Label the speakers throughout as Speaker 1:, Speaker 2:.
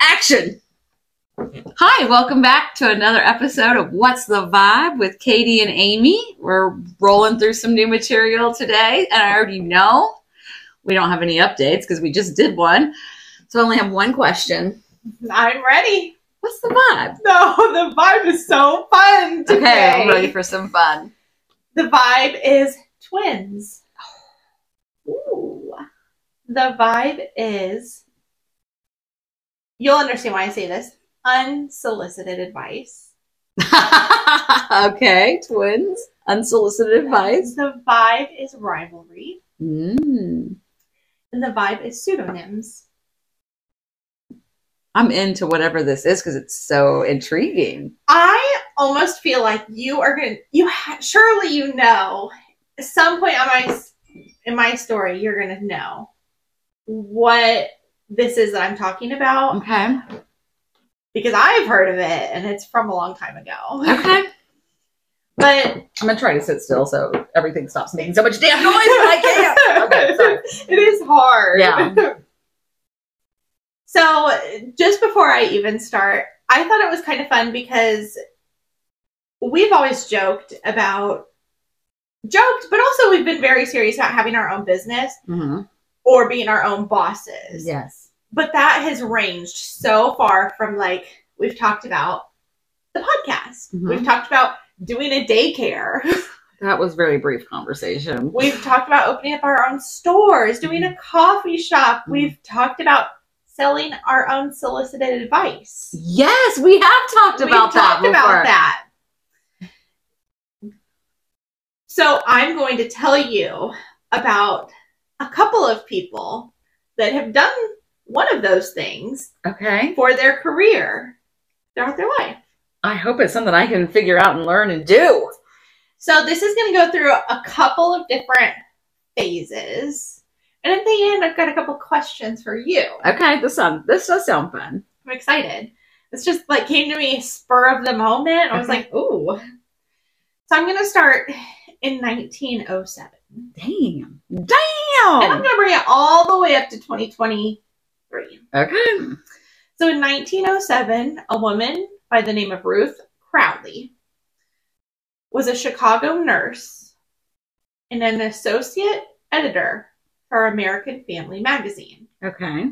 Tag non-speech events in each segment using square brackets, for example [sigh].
Speaker 1: action. Hi, welcome back to another episode of What's the Vibe with Katie and Amy. We're rolling through some new material today, and I already know we don't have any updates because we just did one. So I only have one question.
Speaker 2: I'm ready. [laughs]
Speaker 1: What's the vibe?
Speaker 2: No, the vibe is so fun today.
Speaker 1: Okay, I'm ready for some fun.
Speaker 2: The vibe is twins. Ooh. The vibe is. You'll understand why I say this. Unsolicited advice.
Speaker 1: [laughs] okay, twins, unsolicited advice.
Speaker 2: The vibe is rivalry,
Speaker 1: Mm,
Speaker 2: and the vibe is pseudonyms.
Speaker 1: I'm into whatever this is because it's so intriguing.
Speaker 2: I almost feel like you are gonna. You ha- surely you know. At some point on my s- in my story, you're gonna know what this is that I'm talking about.
Speaker 1: Okay.
Speaker 2: because I've heard of it and it's from a long time ago.
Speaker 1: Okay. [laughs]
Speaker 2: But
Speaker 1: I'm gonna try to sit still so everything stops making so much damn noise when I can't. Okay, sorry.
Speaker 2: [laughs] it is hard.
Speaker 1: [laughs] Yeah.
Speaker 2: so just before I even start, I thought it was kind of fun because we've always joked about joked, but also we've been very serious about having our own business
Speaker 1: Mhm.
Speaker 2: or being our own bosses.
Speaker 1: Yes.
Speaker 2: But that has ranged so far from like we've talked about the podcast.
Speaker 1: Mhm.
Speaker 2: We've talked about doing a daycare.
Speaker 1: That was very brief conversation.
Speaker 2: We've talked about opening up our own stores, doing a coffee shop. We've talked about selling our own solicited advice.
Speaker 1: Yes, we have talked
Speaker 2: We've
Speaker 1: about that.
Speaker 2: talked about
Speaker 1: before.
Speaker 2: that. So I'm going to tell you about a couple of people that have done one of those things
Speaker 1: Okay.
Speaker 2: for their career throughout their life.
Speaker 1: I hope it's something I can figure out and learn and do.
Speaker 2: So this is going to go through a couple of different phases. And at the end, I've got a couple questions for you.
Speaker 1: Okay, this sound this does sound fun.
Speaker 2: I'm excited. It's just like came to me spur of the moment. I was
Speaker 1: Okay.
Speaker 2: like, ooh. So I'm going to start in 1907.
Speaker 1: Damn.
Speaker 2: And I'm
Speaker 1: Damn.
Speaker 2: going to bring it all the way up to 2023.
Speaker 1: Okay.
Speaker 2: So in 1907, a woman by the name of Ruth Crowley was a Chicago nurse and an associate editor for American Family Magazine.
Speaker 1: Okay.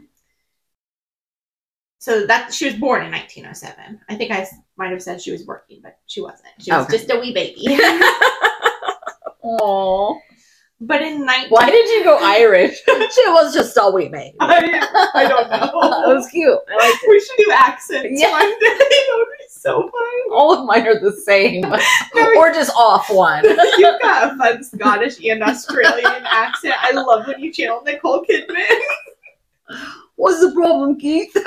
Speaker 2: So that she was born in 1907. I think I s- might have said she was working, but she wasn't. She was
Speaker 1: Okay.
Speaker 2: just a wee baby. [laughs]
Speaker 1: Aww.
Speaker 2: but in 19
Speaker 1: Why did you go Irish? [laughs] she was just a wee baby.
Speaker 2: I, [laughs] I don't
Speaker 1: it was
Speaker 2: know.
Speaker 1: cute. [laughs] I liked it.
Speaker 2: [laughs] we should do accents
Speaker 1: Yeah.
Speaker 2: one day. [laughs] That would be so fun.
Speaker 1: All of mine are the same, [laughs] or just off one.
Speaker 2: [laughs] You've got a fun Scottish and Australian accent. I love when you channel Nicole Kidman.
Speaker 1: [laughs] What's the problem, Keith? [laughs]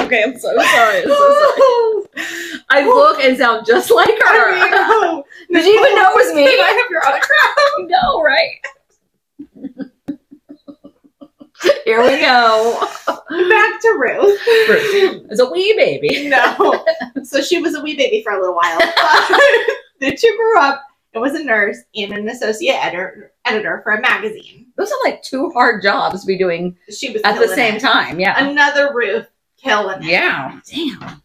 Speaker 1: okay, I'm so
Speaker 2: [laughs]
Speaker 1: sorry. I'm [laughs] so sorry. I look and sound just like her.
Speaker 2: I mean, oh,
Speaker 1: [laughs] Did you even know it
Speaker 2: Nicole,
Speaker 1: was me?
Speaker 2: can I have your autograph.
Speaker 1: [laughs] know, right? Here we go.
Speaker 2: Back to Ruth.
Speaker 1: It's a wee baby.
Speaker 2: [laughs] No. So she was a wee baby for a little while. [laughs] then she grew up and was a nurse and an associate editor, editor for a magazine.
Speaker 1: Those are like two hard jobs to be doing
Speaker 2: She was
Speaker 1: at the
Speaker 2: killing
Speaker 1: same
Speaker 2: it.
Speaker 1: time. Yeah.
Speaker 2: Another Ruth killing it.
Speaker 1: Yeah. Damn.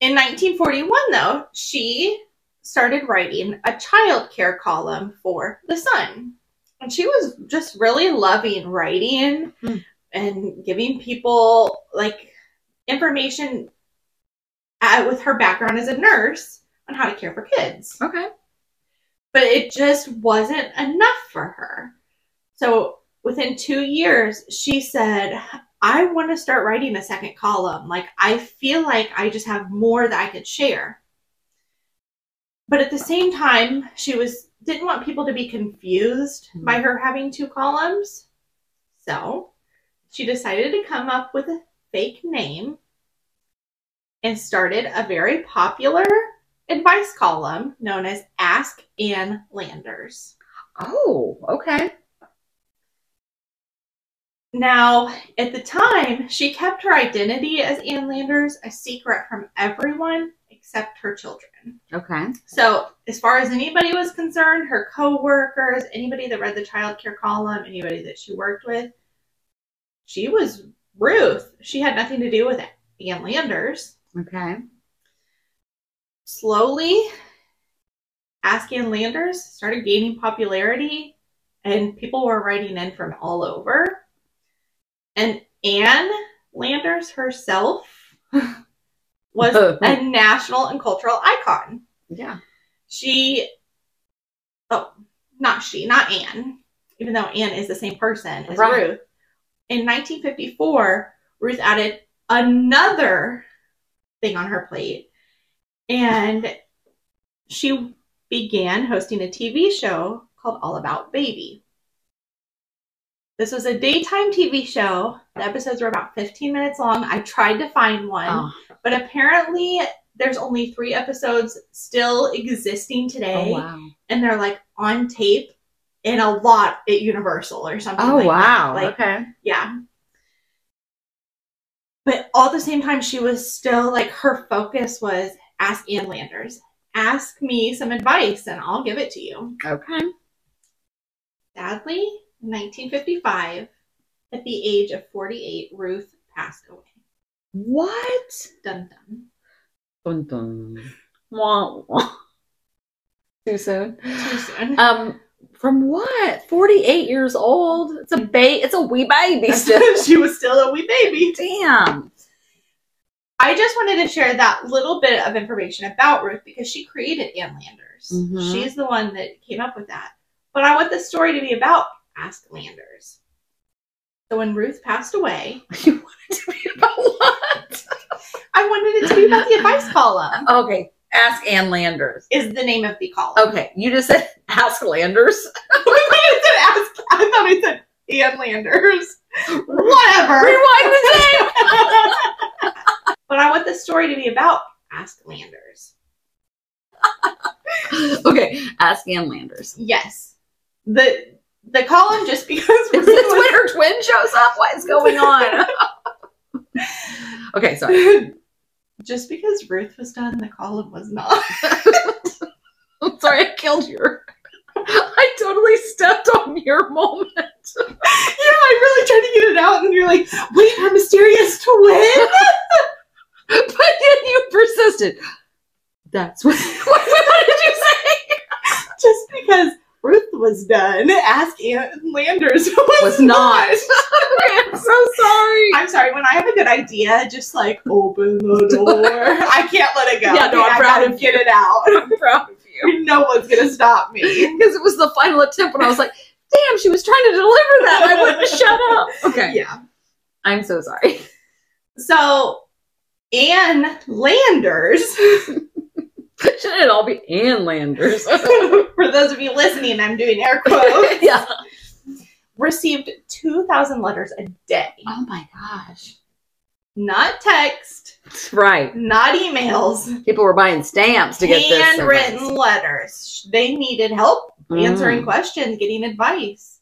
Speaker 2: In 1941, though, she started writing a child care column for The Sun. And she was just really loving writing
Speaker 1: Hmm.
Speaker 2: and giving people like information uh, with her background as a nurse on how to care for kids.
Speaker 1: Okay.
Speaker 2: But it just wasn't enough for her. So within two years, she said, I want to start writing a second column. Like, I feel like I just have more that I could share. But at the same time, she was didn't want people to be confused by her having two columns. So she decided to come up with a fake name and started a very popular advice column known as Ask Ann Landers.
Speaker 1: Oh, okay.
Speaker 2: Now, at the time, she kept her identity as Ann Landers a secret from everyone except her children.
Speaker 1: Okay.
Speaker 2: So, as far as anybody was concerned, her coworkers, anybody that read the child care column, anybody that she worked with, she was Ruth, she had nothing to do with it. Ann Landers.
Speaker 1: Okay.
Speaker 2: Slowly, Ask Ann Landers started gaining popularity, and people were writing in from all over. And Ann Landers herself [laughs] was a national and cultural icon.
Speaker 1: Yeah.
Speaker 2: She, oh, not she, not Anne, even though Anne is the same person as
Speaker 1: Right.
Speaker 2: Ruth. In 1954, Ruth added another thing on her plate, and she began hosting a TV show called All About Baby. This was a daytime TV show. The episodes were about 15 minutes long. I tried to find one
Speaker 1: Oh,
Speaker 2: but apparently there's only three episodes still existing today
Speaker 1: oh wow.
Speaker 2: and they're like on tape in a lot at universal or something
Speaker 1: Oh
Speaker 2: like
Speaker 1: wow.
Speaker 2: that. like
Speaker 1: okay.
Speaker 2: yeah but all the same time she was still like her focus was ask ann landers ask me some advice and i'll give it to you
Speaker 1: Okay.
Speaker 2: sadly in 1955 at the age of 48 ruth passed away
Speaker 1: What?
Speaker 2: dun dun
Speaker 1: Dun, dun. Wah, wah. Too soon.
Speaker 2: too soon [laughs]
Speaker 1: Um, from what? Forty-eight years old. It's a ba- It's a wee baby still.
Speaker 2: [laughs] she was still a wee baby
Speaker 1: Damn.
Speaker 2: I just wanted to share that little bit of information about Ruth because she created Ann Landers.
Speaker 1: Mhm.
Speaker 2: She's the one that came up with that. But I want the story to be about Ask Landers. So when Ruth passed away,
Speaker 1: You wanted to be about what?
Speaker 2: I wanted it to be about the advice column.
Speaker 1: Okay. Ask Ann Landers.
Speaker 2: Is the name of the column?
Speaker 1: Okay, you just said ask Landers.
Speaker 2: [laughs] I thought it said Ask. I thought it said Ann Landers. Whatever.
Speaker 1: Rewind the tape.
Speaker 2: [laughs] But I want the story to be about Ask Landers.
Speaker 1: okay, ask Ann Landers.
Speaker 2: Yes, the the column just because
Speaker 1: Is
Speaker 2: Ruth
Speaker 1: this
Speaker 2: was
Speaker 1: when her twin shows up? What is going on? okay, sorry.
Speaker 2: [laughs] Just because Ruth was done, the column was not. [laughs]
Speaker 1: I'm [laughs] sorry, I killed your. [laughs] I totally stepped on your moment.
Speaker 2: yeah, I really tried to get it out, and you're like, wait, her mysterious twin?
Speaker 1: [laughs] But yet you persisted. That's what. [laughs] What, what did you say?
Speaker 2: [laughs] Just because Ruth was done, ask Ann Landers [laughs] was,
Speaker 1: Was not. [laughs] okay, I'm so sorry.
Speaker 2: I'm sorry, when I have a good idea, just like open
Speaker 1: [laughs]
Speaker 2: the door. I can't let it go.
Speaker 1: Yeah, no, I'm
Speaker 2: I
Speaker 1: proud
Speaker 2: gotta
Speaker 1: of
Speaker 2: get it out.
Speaker 1: [laughs]
Speaker 2: [laughs]
Speaker 1: I'm proud of you.
Speaker 2: No one's gonna stop me.
Speaker 1: Because it was the final attempt when I was like, damn, she was trying to deliver that. and I
Speaker 2: [laughs]
Speaker 1: wouldn't shut up. Okay.
Speaker 2: Yeah.
Speaker 1: I'm so sorry. [laughs]
Speaker 2: So Ann Landers [laughs]
Speaker 1: Shouldn't it all be Ann Landers? [laughs]
Speaker 2: for those of you listening, I'm doing air quotes.
Speaker 1: yeah.
Speaker 2: received 2,000 letters a day.
Speaker 1: Oh my gosh.
Speaker 2: Not text,
Speaker 1: Right.
Speaker 2: not emails,
Speaker 1: People were buying stamps to get this.
Speaker 2: handwritten letters. They needed help
Speaker 1: Mm.
Speaker 2: answering questions, getting advice.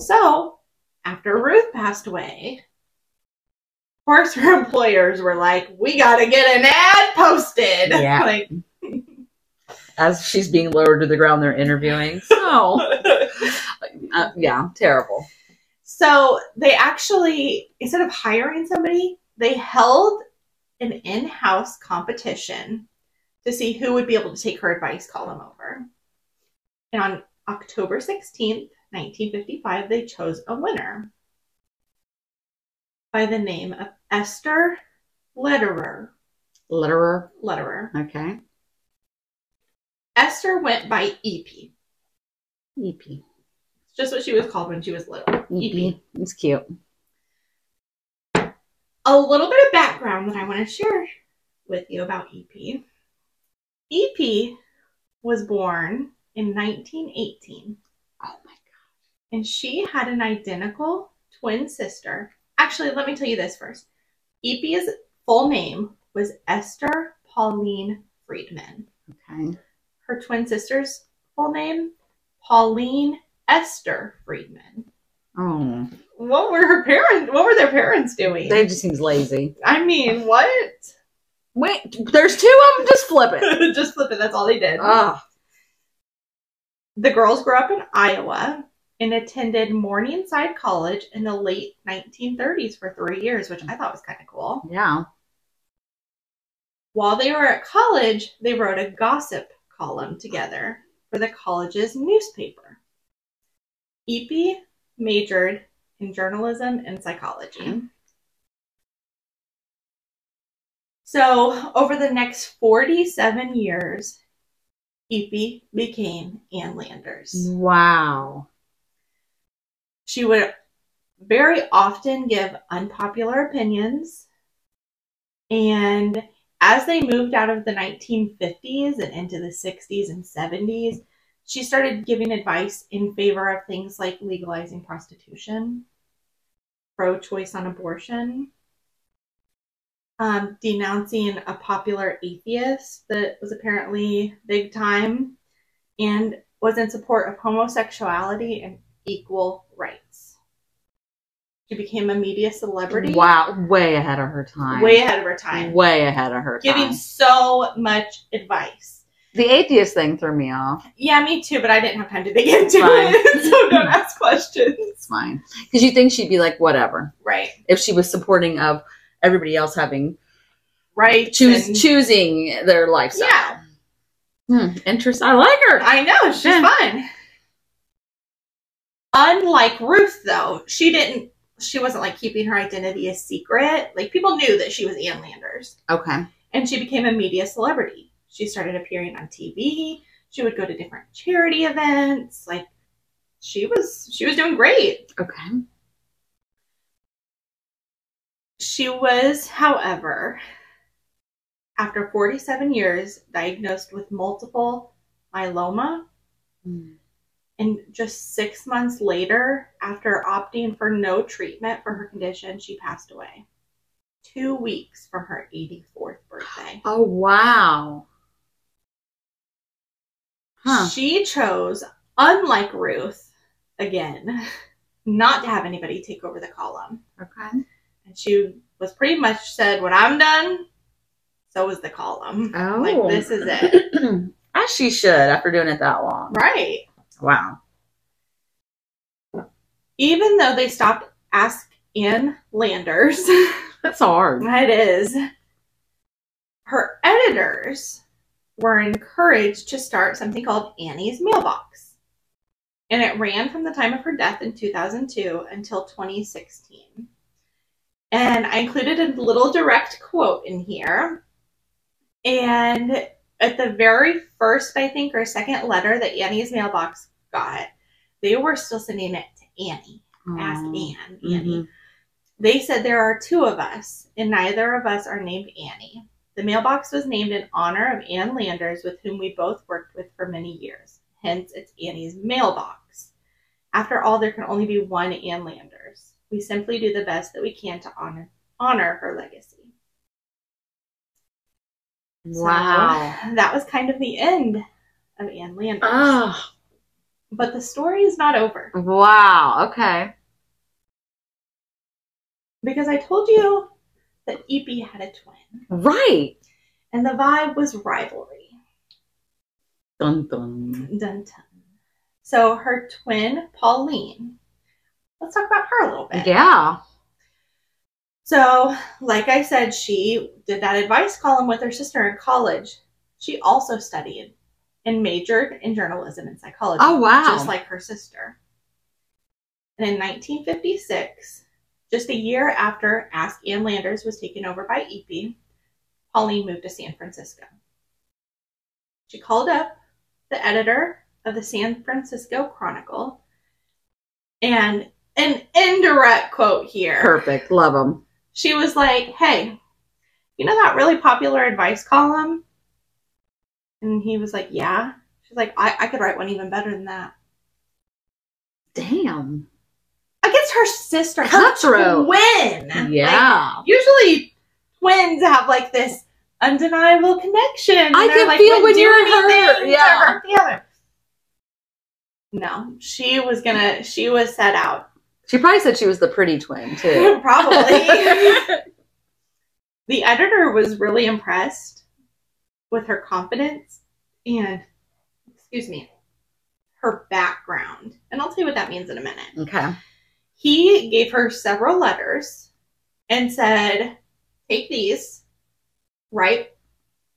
Speaker 2: So, after Ruth passed away, of course, her [laughs] employers were like, we got to get an ad posted. [laughs]
Speaker 1: Yeah.
Speaker 2: like,
Speaker 1: As she's being lowered to the ground, they're [laughs] interviewing. So,
Speaker 2: [laughs]
Speaker 1: uh, yeah, terrible.
Speaker 2: so, they actually, instead of hiring somebody, they held an in house competition to see who would be able to take her advice column over. And on October 16th, 1955, they chose a winner by the name of Esther Letterer.
Speaker 1: Litterer.
Speaker 2: Letterer.
Speaker 1: Okay.
Speaker 2: Esther went by EP. It's
Speaker 1: EP.
Speaker 2: just what she was called when she was little. EP.
Speaker 1: EP. It's cute.
Speaker 2: A little bit of background that I want to share with you about E EP. EP was born in 1918
Speaker 1: Oh my
Speaker 2: and she had an identical twin sister. Actually, let me tell you this first. Epia's full name was Esther Pauline Friedman.
Speaker 1: God. Okay.
Speaker 2: Her twin sister's full name, Pauline Esther Friedman.
Speaker 1: Oh.
Speaker 2: What were her parents? What were their parents doing?
Speaker 1: That just seems lazy.
Speaker 2: I mean, what? [laughs]
Speaker 1: Wait, there's two of them. Just flip it. Uh,
Speaker 2: Just flip it. That's all they did.
Speaker 1: Ah.
Speaker 2: the girls grew up in Iowa, and attended Morningside College in the late 1930s for three years, which I thought was kind of cool.
Speaker 1: Yeah.
Speaker 2: While they were at college, they wrote a gossip column together for the college's newspaper. Epi majored in journalism and psychology. So, over the next 47 years, Epi became Ann Landers.
Speaker 1: Wow.
Speaker 2: She would very often give unpopular opinions. And as they moved out of the 1950s and into the 60s and 70s, she started giving advice in favor of things like legalizing prostitution, pro choice on abortion, um, denouncing a popular atheist that was apparently big time, and was in support of homosexuality and equal rights. She became a media celebrity.
Speaker 1: Wow. Way ahead of her time.
Speaker 2: Way ahead of her time.
Speaker 1: Way ahead of her
Speaker 2: giving
Speaker 1: time.
Speaker 2: so much advice.
Speaker 1: The atheist thing threw me off.
Speaker 2: Yeah, me too, but I didn't have time to dig into
Speaker 1: Fine.
Speaker 2: it, [laughs] so don't ask questions.
Speaker 1: It's fine. Because you think she'd be like, whatever.
Speaker 2: Right,
Speaker 1: If she was supporting of everybody else having
Speaker 2: right.
Speaker 1: choose
Speaker 2: and-
Speaker 1: choosing their lifestyle.
Speaker 2: Yeah,
Speaker 1: Hmm, interest. I like her.
Speaker 2: I know she's
Speaker 1: Yeah.
Speaker 2: fun. Unlike Ruth, though, she didn't. She wasn't like keeping her identity a secret. Like people knew that she was Ann Landers,
Speaker 1: Okay.
Speaker 2: and she became a media celebrity. She started appearing on TV. She would go to different charity events. Like she was, she was doing great.
Speaker 1: Okay.
Speaker 2: She was, however, after 47 years, diagnosed with multiple myeloma.
Speaker 1: Mm.
Speaker 2: And just six months later, after opting for no treatment for her condition, she passed away. Two weeks from her 84th birthday.
Speaker 1: Oh wow. Huh.
Speaker 2: She chose, unlike Ruth, again, not to have anybody take over the column.
Speaker 1: Okay.
Speaker 2: And she was pretty much said, When I'm done, so is the column.
Speaker 1: Oh.
Speaker 2: Like, this is it.
Speaker 1: As she should after doing it that long.
Speaker 2: right.
Speaker 1: Wow.
Speaker 2: Even though they stopped Ask Ann Landers, [laughs]
Speaker 1: That's hard.
Speaker 2: it is, her editors were encouraged to start something called Annie's Mailbox. And it ran from the time of her death in 2002 until 2016. And I included a little direct quote in here. And at the very first, I think, or second letter that Annie's mailbox got, they were still sending it to Annie.
Speaker 1: Mm-hmm.
Speaker 2: Ask Anne, Annie.
Speaker 1: Mhm.
Speaker 2: They said there are two of us, and neither of us are named Annie. The mailbox was named in honor of Ann Landers, with whom we both worked with for many years. Hence, it's Annie's mailbox. After all, there can only be one Ann Landers. We simply do the best that we can to honor honor her legacy. So,
Speaker 1: Wow.
Speaker 2: that was kind of the end of Ann Landers.
Speaker 1: Oh
Speaker 2: But the story is not over.
Speaker 1: wow. Okay.
Speaker 2: Because I told you that Epi had a twin,
Speaker 1: Right.
Speaker 2: and the vibe was rivalry.
Speaker 1: Dun dun.
Speaker 2: Dun, dun. So her twin, Pauline. Let's talk about her a little bit.
Speaker 1: Yeah.
Speaker 2: So, like I said, she did that advice column with her sister in college. She also studied and majored in journalism and psychology.
Speaker 1: Oh wow.
Speaker 2: Just like her sister. And in 1956, just a year after Ask Ann Landers was taken over by EP, Pauline moved to San Francisco. She called up the editor of the San Francisco Chronicle and an indirect quote here.
Speaker 1: Perfect. Love them.
Speaker 2: She was like, Hey, you know that really popular advice column? And he was like, Yeah. She's like, I, I could write one even better than that.
Speaker 1: Damn.
Speaker 2: against her sister, her
Speaker 1: Cutthroat.
Speaker 2: twin.
Speaker 1: Yeah.
Speaker 2: Like, usually, twins have like this undeniable connection. and
Speaker 1: I
Speaker 2: they're,
Speaker 1: can
Speaker 2: like,
Speaker 1: feel
Speaker 2: wouldn't
Speaker 1: when
Speaker 2: do
Speaker 1: you're hurt.
Speaker 2: anything to
Speaker 1: Yeah.
Speaker 2: hurt the other. No, she was gonna. She was set out
Speaker 1: She probably said she was the pretty twin [laughs] too.
Speaker 2: [laughs] probably.
Speaker 1: [laughs]
Speaker 2: the editor was really impressed with her confidence and, excuse me, her background. And I'll tell you what that means in a minute.
Speaker 1: Okay.
Speaker 2: He gave her several letters and said, Take these, write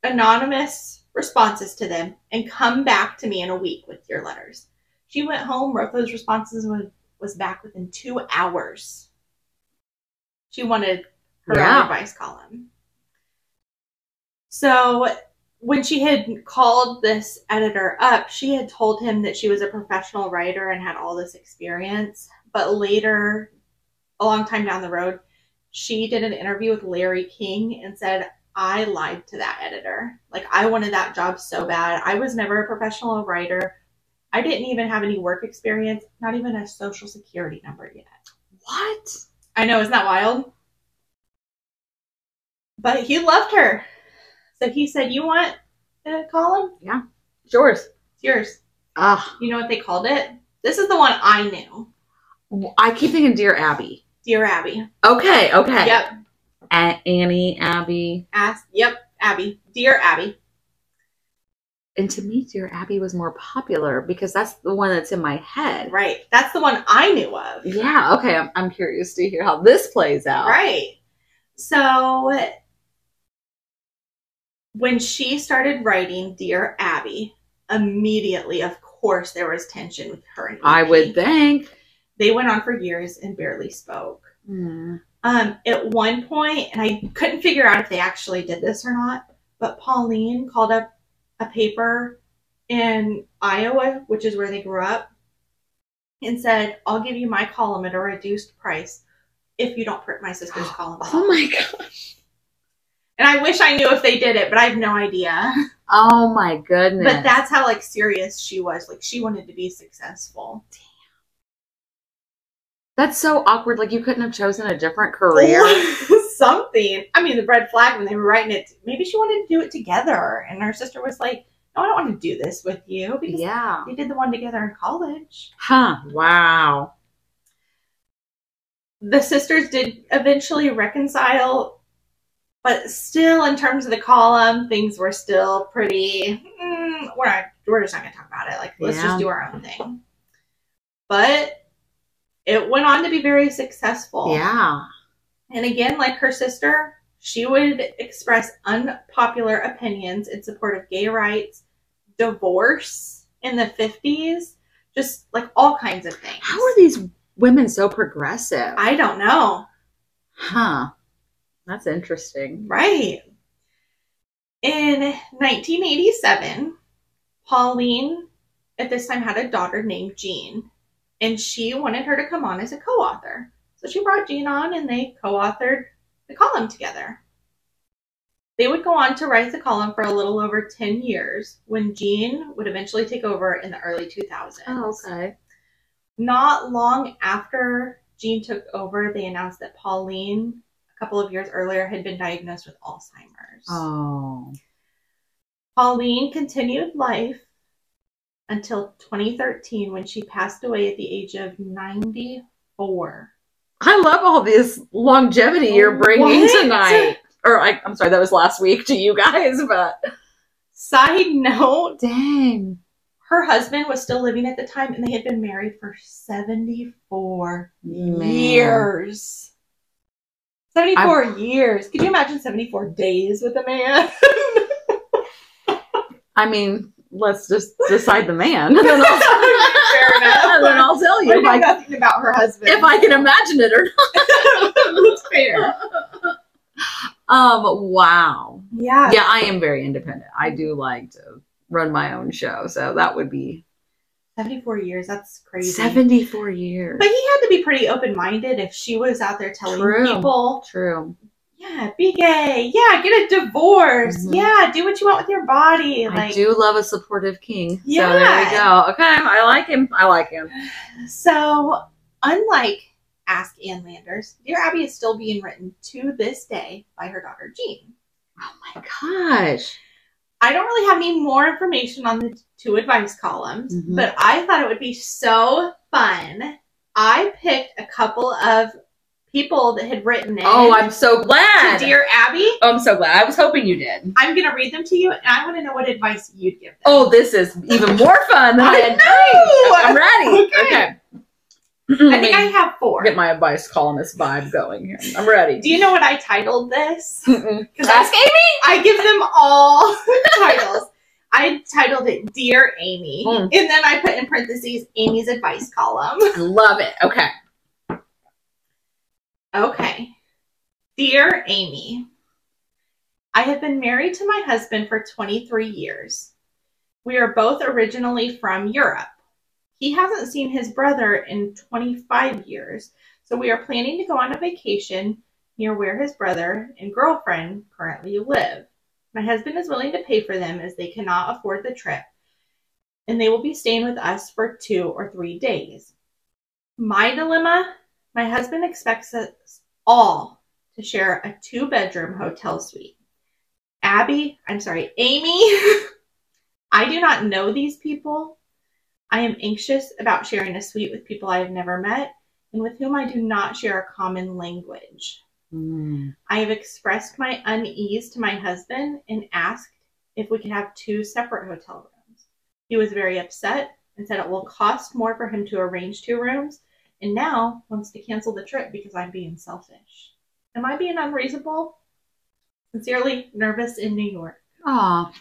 Speaker 2: anonymous responses to them, and come back to me in a week with your letters. She went home, wrote those responses, and was- was back within two hours. She wanted her
Speaker 1: Yeah.
Speaker 2: own advice column. So when she had called this editor up, she had told him that she was a professional writer and had all this experience. But later, a long time down the road, she did an interview with Larry King and said, I lied to that editor. Like, I wanted that job so bad. I was never a professional writer. I didn't even have any work experience, not even a social security number yet.
Speaker 1: What?
Speaker 2: I know, isn't that wild? But he loved her. So he said, You want a column?
Speaker 1: Yeah.
Speaker 2: It's yours. It's yours.
Speaker 1: Ah,
Speaker 2: You know what they called it? This is the one I knew.
Speaker 1: I keep thinking Dear Abby.
Speaker 2: Dear Abby.
Speaker 1: Okay, okay.
Speaker 2: Yep.
Speaker 1: A- Annie, Abby,
Speaker 2: Ask yep, Abby. Dear Abby.
Speaker 1: and to me, Dear Abby was more popular because that's the one that's in my head.
Speaker 2: Right. That's the one I knew of.
Speaker 1: Yeah. Okay. I'm, I'm curious to hear how this plays out.
Speaker 2: Right. So when she started writing Dear Abby, immediately, of course, there was tension with her and
Speaker 1: I
Speaker 2: EP.
Speaker 1: would think.
Speaker 2: They went on for years and barely spoke.
Speaker 1: Hmm.
Speaker 2: Um, at one point, and I couldn't figure out if they actually did this or not, but Pauline called up a paper in Iowa, which is where they grew up, and said, I'll give you my column at a reduced price if you don't print my sister's column.
Speaker 1: Oh my god.
Speaker 2: And I wish I knew if they did it, but I have no idea. [laughs]
Speaker 1: Oh my goodness.
Speaker 2: But that's how like serious she was. Like she wanted to be successful.
Speaker 1: that's so awkward. Like you couldn't have chosen a different career.
Speaker 2: Or [laughs] something. I mean, the red flag when they were writing it. Maybe she wanted to do it together, and her sister was like, "No, I don't want to do this with you." Because
Speaker 1: yeah.
Speaker 2: they did the one together in college.
Speaker 1: Huh. Wow.
Speaker 2: The sisters did eventually reconcile, but still, in terms of the column, things were still pretty. Mm, we're not. We're just not going to talk about it. Like, let's
Speaker 1: Yeah.
Speaker 2: just do our own thing. But it went on to be very successful.
Speaker 1: Yeah.
Speaker 2: And again, like her sister, she would express unpopular opinions in support of gay rights, divorce in the 50s, just like all kinds of things.
Speaker 1: How are these women so progressive?
Speaker 2: I don't know.
Speaker 1: huh. That's interesting.
Speaker 2: Right. In 1987, Pauline at this time had a daughter named Jean, and she wanted her to come on as a co author. So she brought Jean on and they co authored the column together. They would go on to write the column for a little over 10 years when Jean would eventually take over in the early 2000s.
Speaker 1: Oh, okay.
Speaker 2: Not long after Jean took over, they announced that Pauline, a couple of years earlier, had been diagnosed with Alzheimer's.
Speaker 1: Oh.
Speaker 2: Pauline continued life until 2013 when she passed away at the age of 94.
Speaker 1: I love all this longevity you're bringing
Speaker 2: What?
Speaker 1: tonight. Or I, I'm sorry, that was last week to you guys, but
Speaker 2: Side note,
Speaker 1: dang.
Speaker 2: her husband was still living at the time and they had been married for 74
Speaker 1: Man.
Speaker 2: years. 74 years. Could you imagine 74 days with a man?
Speaker 1: I mean, let's just decide the
Speaker 2: [laughs]
Speaker 1: man. and then [laughs] I'll,
Speaker 2: Fair
Speaker 1: and then
Speaker 2: enough.
Speaker 1: I'll tell
Speaker 2: We
Speaker 1: you
Speaker 2: know
Speaker 1: if I,
Speaker 2: nothing about her husband.
Speaker 1: if I can imagine it or not.
Speaker 2: [laughs] That's fair.
Speaker 1: Um, wow.
Speaker 2: Yeah.
Speaker 1: Yeah, I am very independent. I do like to run my own show, so that would be
Speaker 2: 74 years. That's crazy.
Speaker 1: 74 years.
Speaker 2: But he had to be pretty open minded if she was out there telling
Speaker 1: True.
Speaker 2: people,
Speaker 1: True.
Speaker 2: yeah, be gay, yeah, get a divorce,
Speaker 1: Mhm.
Speaker 2: yeah, do what you want with your body.
Speaker 1: I
Speaker 2: Like,
Speaker 1: do love a supportive king. So there we
Speaker 2: Yeah.
Speaker 1: go. Okay, I like him. I like him.
Speaker 2: so unlike Ask Ann Landers, Dear Abby is still being written to this day by her daughter Jean.
Speaker 1: Oh my gosh.
Speaker 2: I don't really have any more information on the two advice columns,
Speaker 1: Mhm.
Speaker 2: but I thought it would be so fun. I picked a couple of people that had written in
Speaker 1: Oh, I'm so
Speaker 2: to
Speaker 1: glad.
Speaker 2: Dear Abby.
Speaker 1: oh, I'm so glad. I was hoping you did.
Speaker 2: I'm gonna read them to you, and I want to know what advice you'd give them.
Speaker 1: Oh, this is even more fun than I,
Speaker 2: I
Speaker 1: had.
Speaker 2: know!
Speaker 1: I'm ready. Okay.
Speaker 2: I think I have four.
Speaker 1: get my advice columnist vibe going here. I'm ready.
Speaker 2: Do you know what I titled this?
Speaker 1: [laughs] Mm-mm.
Speaker 2: 'Cause I-
Speaker 1: Amy.
Speaker 2: I give them
Speaker 1: [laughs]
Speaker 2: all titles. I titled it Dear Amy.
Speaker 1: Mm.
Speaker 2: And then I put in parentheses Amy's advice column.
Speaker 1: I love it. Okay.
Speaker 2: Okay. Dear Amy, I have been married to my husband for 23 years. We are both originally from Europe. He hasn't seen his brother in 25 years, so we are planning to go on a vacation near where his brother and girlfriend currently live. My husband is willing to pay for them as they cannot afford the trip, and they will be staying with us for two or three days. My dilemma my husband expects us all to share a two bedroom hotel suite. Abby, I'm sorry, Amy, [laughs] I do not know these people. I am anxious about sharing a suite with people I have never met and with whom I do not share a common language.
Speaker 1: Mm.
Speaker 2: I have expressed my unease to my husband and asked if we could have two separate hotel rooms. He was very upset and said it will cost more for him to arrange two rooms and now wants to cancel the trip because I'm being selfish. Am I being unreasonable? Sincerely, nervous in New York.
Speaker 1: Aw.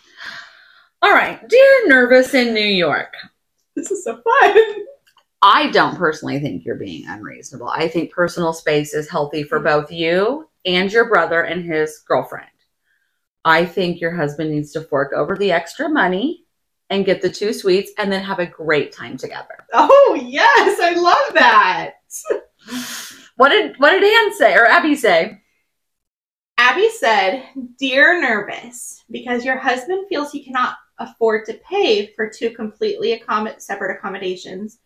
Speaker 1: All right. Dear Nervous in New York,
Speaker 2: This is so fun. [laughs]
Speaker 1: I don't personally think you're being unreasonable. I think personal space is healthy for
Speaker 2: Hmm.
Speaker 1: both you and your brother and his girlfriend. I think your husband needs to fork over the extra money and get the two suites and then have a great time together.
Speaker 2: Oh, yes, I love that.
Speaker 1: What did what did Anne say or Abby say?
Speaker 2: Abby said, Dear Nervous, because your husband feels he cannot afford to pay for two completely accommod- separate accommodations,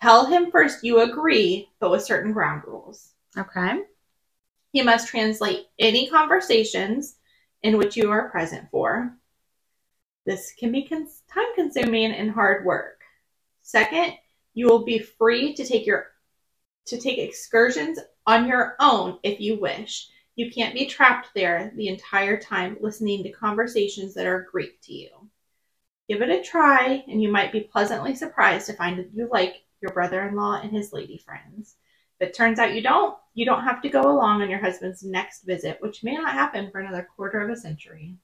Speaker 2: tell him first you agree, but with certain ground rules.
Speaker 1: Okay.
Speaker 2: He must translate any conversations in which you are present for. This can be cons- time consuming and hard work. Second, you will be free to take your to take excursions on your own if you wish. You can't be trapped there the entire time listening to conversations that are Greek to you. Give it a try and you might be pleasantly surprised to find that you like your brother-in-law and his lady friends. If it turns out you don't, you don't have to go along on your husband's next visit, which may not happen for another quarter of a century.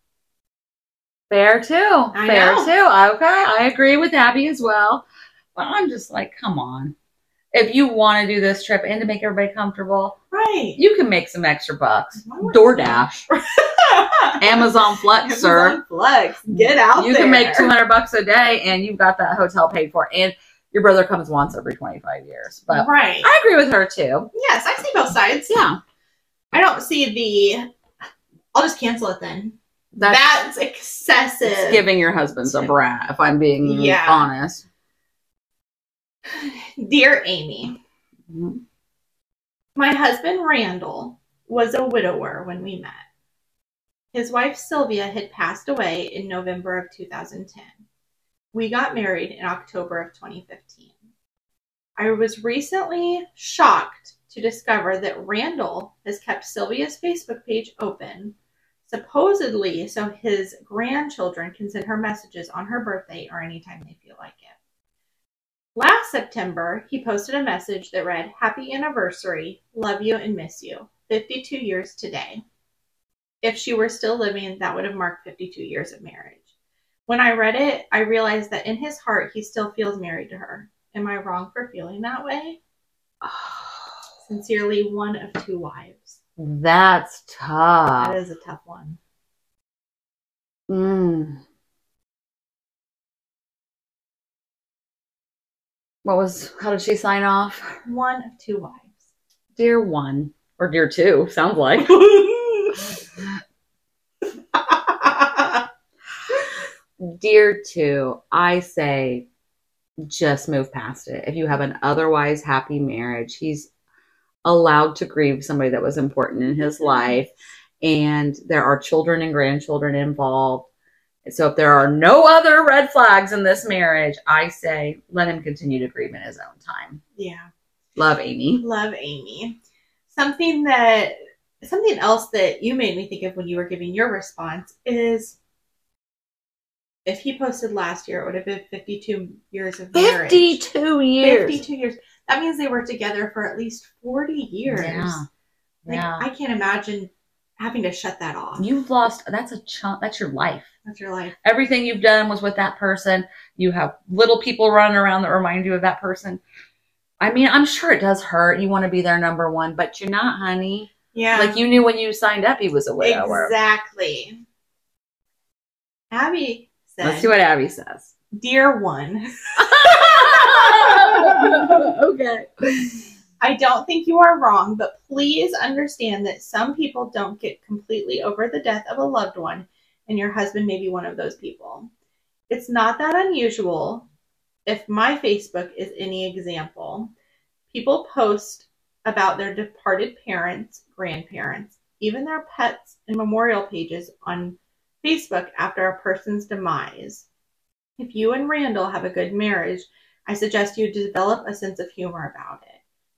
Speaker 1: Fair too.
Speaker 2: I
Speaker 1: Fair
Speaker 2: know.
Speaker 1: too. Okay. I agree with Abby as well. But I'm just like, come on. If you want to do this trip and to make everybody comfortable,
Speaker 2: [laughs] Right.
Speaker 1: you can make some extra bucks.
Speaker 2: Why would-
Speaker 1: DoorDash, Amazon Flex, sir.
Speaker 2: Amazon Flex, get out
Speaker 1: You
Speaker 2: there.
Speaker 1: can make 200 bucks a day and you've got that hotel paid for. And your brother comes once every 25 years. But
Speaker 2: Right.
Speaker 1: I agree with her too.
Speaker 2: Yes, I see both sides.
Speaker 1: Yeah.
Speaker 2: I don't see the. I'll just cancel it then.
Speaker 1: That's,
Speaker 2: That's excessive.
Speaker 1: it's giving your husband's a brat, if I'm being
Speaker 2: Yeah.
Speaker 1: honest. [sighs]
Speaker 2: Dear Amy, my husband Randall was a widower when we met. His wife Sylvia had passed away in November of 2010. We got married in October of 2015. I was recently shocked to discover that Randall has kept Sylvia's Facebook page open, supposedly so his grandchildren can send her messages on her birthday or anytime they feel like it. Last September, he posted a message that read, Happy anniversary, love you and miss you, 52 years today. If she were still living, that would have marked 52 years of marriage. When I read it, I realized that in his heart, he still feels married to her. Am I wrong for feeling that way? Sincerely, one of two wives.
Speaker 1: That's tough.
Speaker 2: That is a tough one.
Speaker 1: Mm. What was, how did she sign off?
Speaker 2: One of two wives.
Speaker 1: Dear one, or dear two, sounds like. Dear two, I say just move past it. If you have an otherwise happy marriage, he's allowed to grieve somebody that was important in his life, and there are children and grandchildren involved. So if there are no other red flags in this marriage, I say let him continue to grieve in his own time.
Speaker 2: yeah.
Speaker 1: Love Amy.
Speaker 2: Love Amy. something that something else that you made me think of when you were giving your response is if he posted last year, it would have been 52 years of marriage.
Speaker 1: 52 years.
Speaker 2: 52 years. That means they were together for at least 40 years.
Speaker 1: Yeah.
Speaker 2: Like,
Speaker 1: yeah.
Speaker 2: I can't imagine having to shut that off.
Speaker 1: You've lost, that's a chunk, that's your life.
Speaker 2: That's your life.
Speaker 1: Everything you've done was with that person. You have little people running around that remind you of that person. I mean, I'm sure it does hurt. You want to be their number one, but you're not, honey.
Speaker 2: Yeah.
Speaker 1: Like you knew when you signed up, he was a widower.
Speaker 2: exactly. Abby said,
Speaker 1: Let's see what Abby
Speaker 2: [laughs]
Speaker 1: says.
Speaker 2: Dear one,
Speaker 1: okay.
Speaker 2: I don't think you are wrong, but please understand that some people don't get completely over the death of a loved one, and your husband may be one of those people. It's not that unusual if my Facebook is any example. People post about their departed parents, grandparents, even their pets and memorial pages on Facebook after a person's demise. If you and Randall have a good marriage, I suggest you develop a sense of humor about it.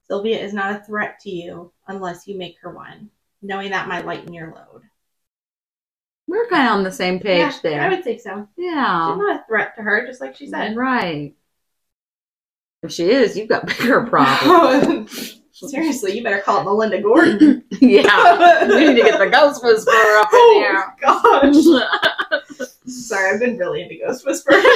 Speaker 2: Sylvia is not a threat to you unless you make her one. Knowing that might lighten your load.
Speaker 1: We're kind of on the same page
Speaker 2: Yeah,
Speaker 1: there. Um,
Speaker 2: I would say so. She's
Speaker 1: yeah.
Speaker 2: not a threat to her, just like she [laughs] said.
Speaker 1: Right. If she is, you've got
Speaker 2: [laughs]
Speaker 1: bigger problems.
Speaker 2: Problem. Seriously, you better call it
Speaker 1: [laughs]
Speaker 2: Melinda Gordon.
Speaker 1: yeah. You need to get the ghost whisperer up in
Speaker 2: oh
Speaker 1: there.
Speaker 2: gosh. [laughs] Sorry, I've been really into Ghost
Speaker 1: [laughs]
Speaker 2: Whisperer lately.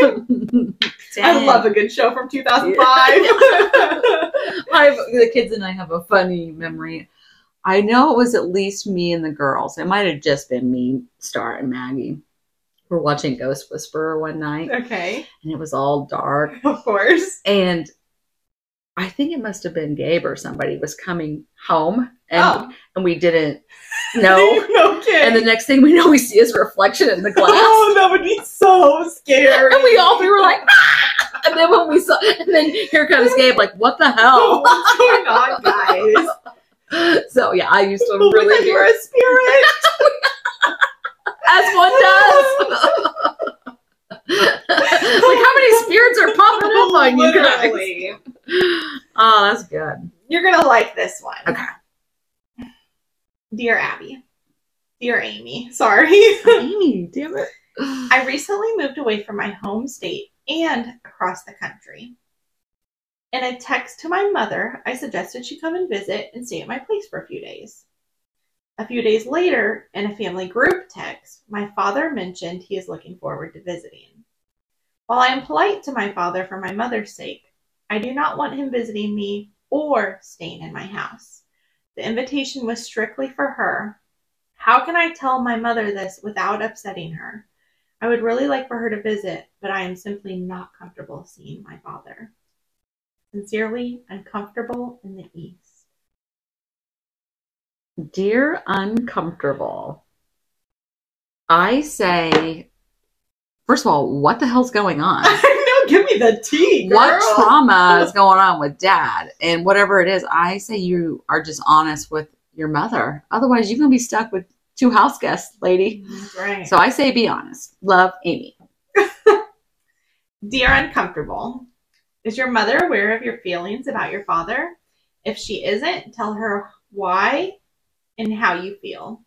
Speaker 2: I
Speaker 1: Dang.
Speaker 2: love a good show from 2005. [laughs]
Speaker 1: I've, the kids and I have a funny memory. I know it was at least me and the girls. It might have just been me, Star, and Maggie. We're watching Ghost Whisperer one night,
Speaker 2: okay,
Speaker 1: and it was all dark.
Speaker 2: of course.
Speaker 1: And I think it must have been Gabe or somebody was coming home, and
Speaker 2: Oh.
Speaker 1: and we didn't know.
Speaker 2: [laughs] no kidding.
Speaker 1: and the next thing we know, we see his reflection in the glass.
Speaker 2: [laughs] oh, that would be so
Speaker 1: [laughs]
Speaker 2: scary.
Speaker 1: And we all we were like, "Ah!" and then when we saw, and then here comes Gabe, like, what the hell?
Speaker 2: [laughs] what's going on, guys?
Speaker 1: So yeah, I used to
Speaker 2: Oh, we thought
Speaker 1: really
Speaker 2: you were a
Speaker 1: [laughs]
Speaker 2: spirit.
Speaker 1: as one
Speaker 2: [laughs]
Speaker 1: does. [laughs] like how many spirits are popping up on you guys?
Speaker 2: Literally.
Speaker 1: Oh, that's good.
Speaker 2: You're gonna like this one.
Speaker 1: Okay.
Speaker 2: Dear Abby. Dear Amy. Sorry. [laughs]
Speaker 1: Amy, damn it.
Speaker 2: I recently moved away from my home state and across the country. In a text to my mother, I suggested she come and visit and stay at my place for a few days. A few days later, in a family group text, my father mentioned he is looking forward to visiting. While I am polite to my father for my mother's sake, I do not want him visiting me or staying in my house. The invitation was strictly for her. How can I tell my mother this without upsetting her? I would really like for her to visit, but I am simply not comfortable seeing my father. Sincerely, uncomfortable in the East. [laughs]
Speaker 1: Dear uncomfortable. I say first of all, what the hell's going on?
Speaker 2: no, give me the tea,
Speaker 1: What trauma is going on with dad? And whatever it is, I say you are just honest with your mother. Otherwise you're gonna be stuck with two house guests, lady.
Speaker 2: Right.
Speaker 1: So I say be honest. Love Amy.
Speaker 2: Dear uncomfortable, is your mother aware of your feelings about your father? If she isn't, tell her why and how you feel.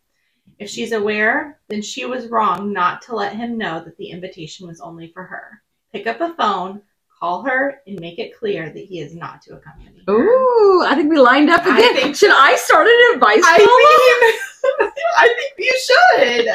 Speaker 2: If she's aware, then she was wrong not to let him know that the invitation was only for her. Pick up a phone, call her, and make it clear that he is not to accompany her.
Speaker 1: Ooh, I think we lined up
Speaker 2: I
Speaker 1: again.
Speaker 2: think-
Speaker 1: Should I start an advice column?
Speaker 2: I mean, [laughs] I think you should.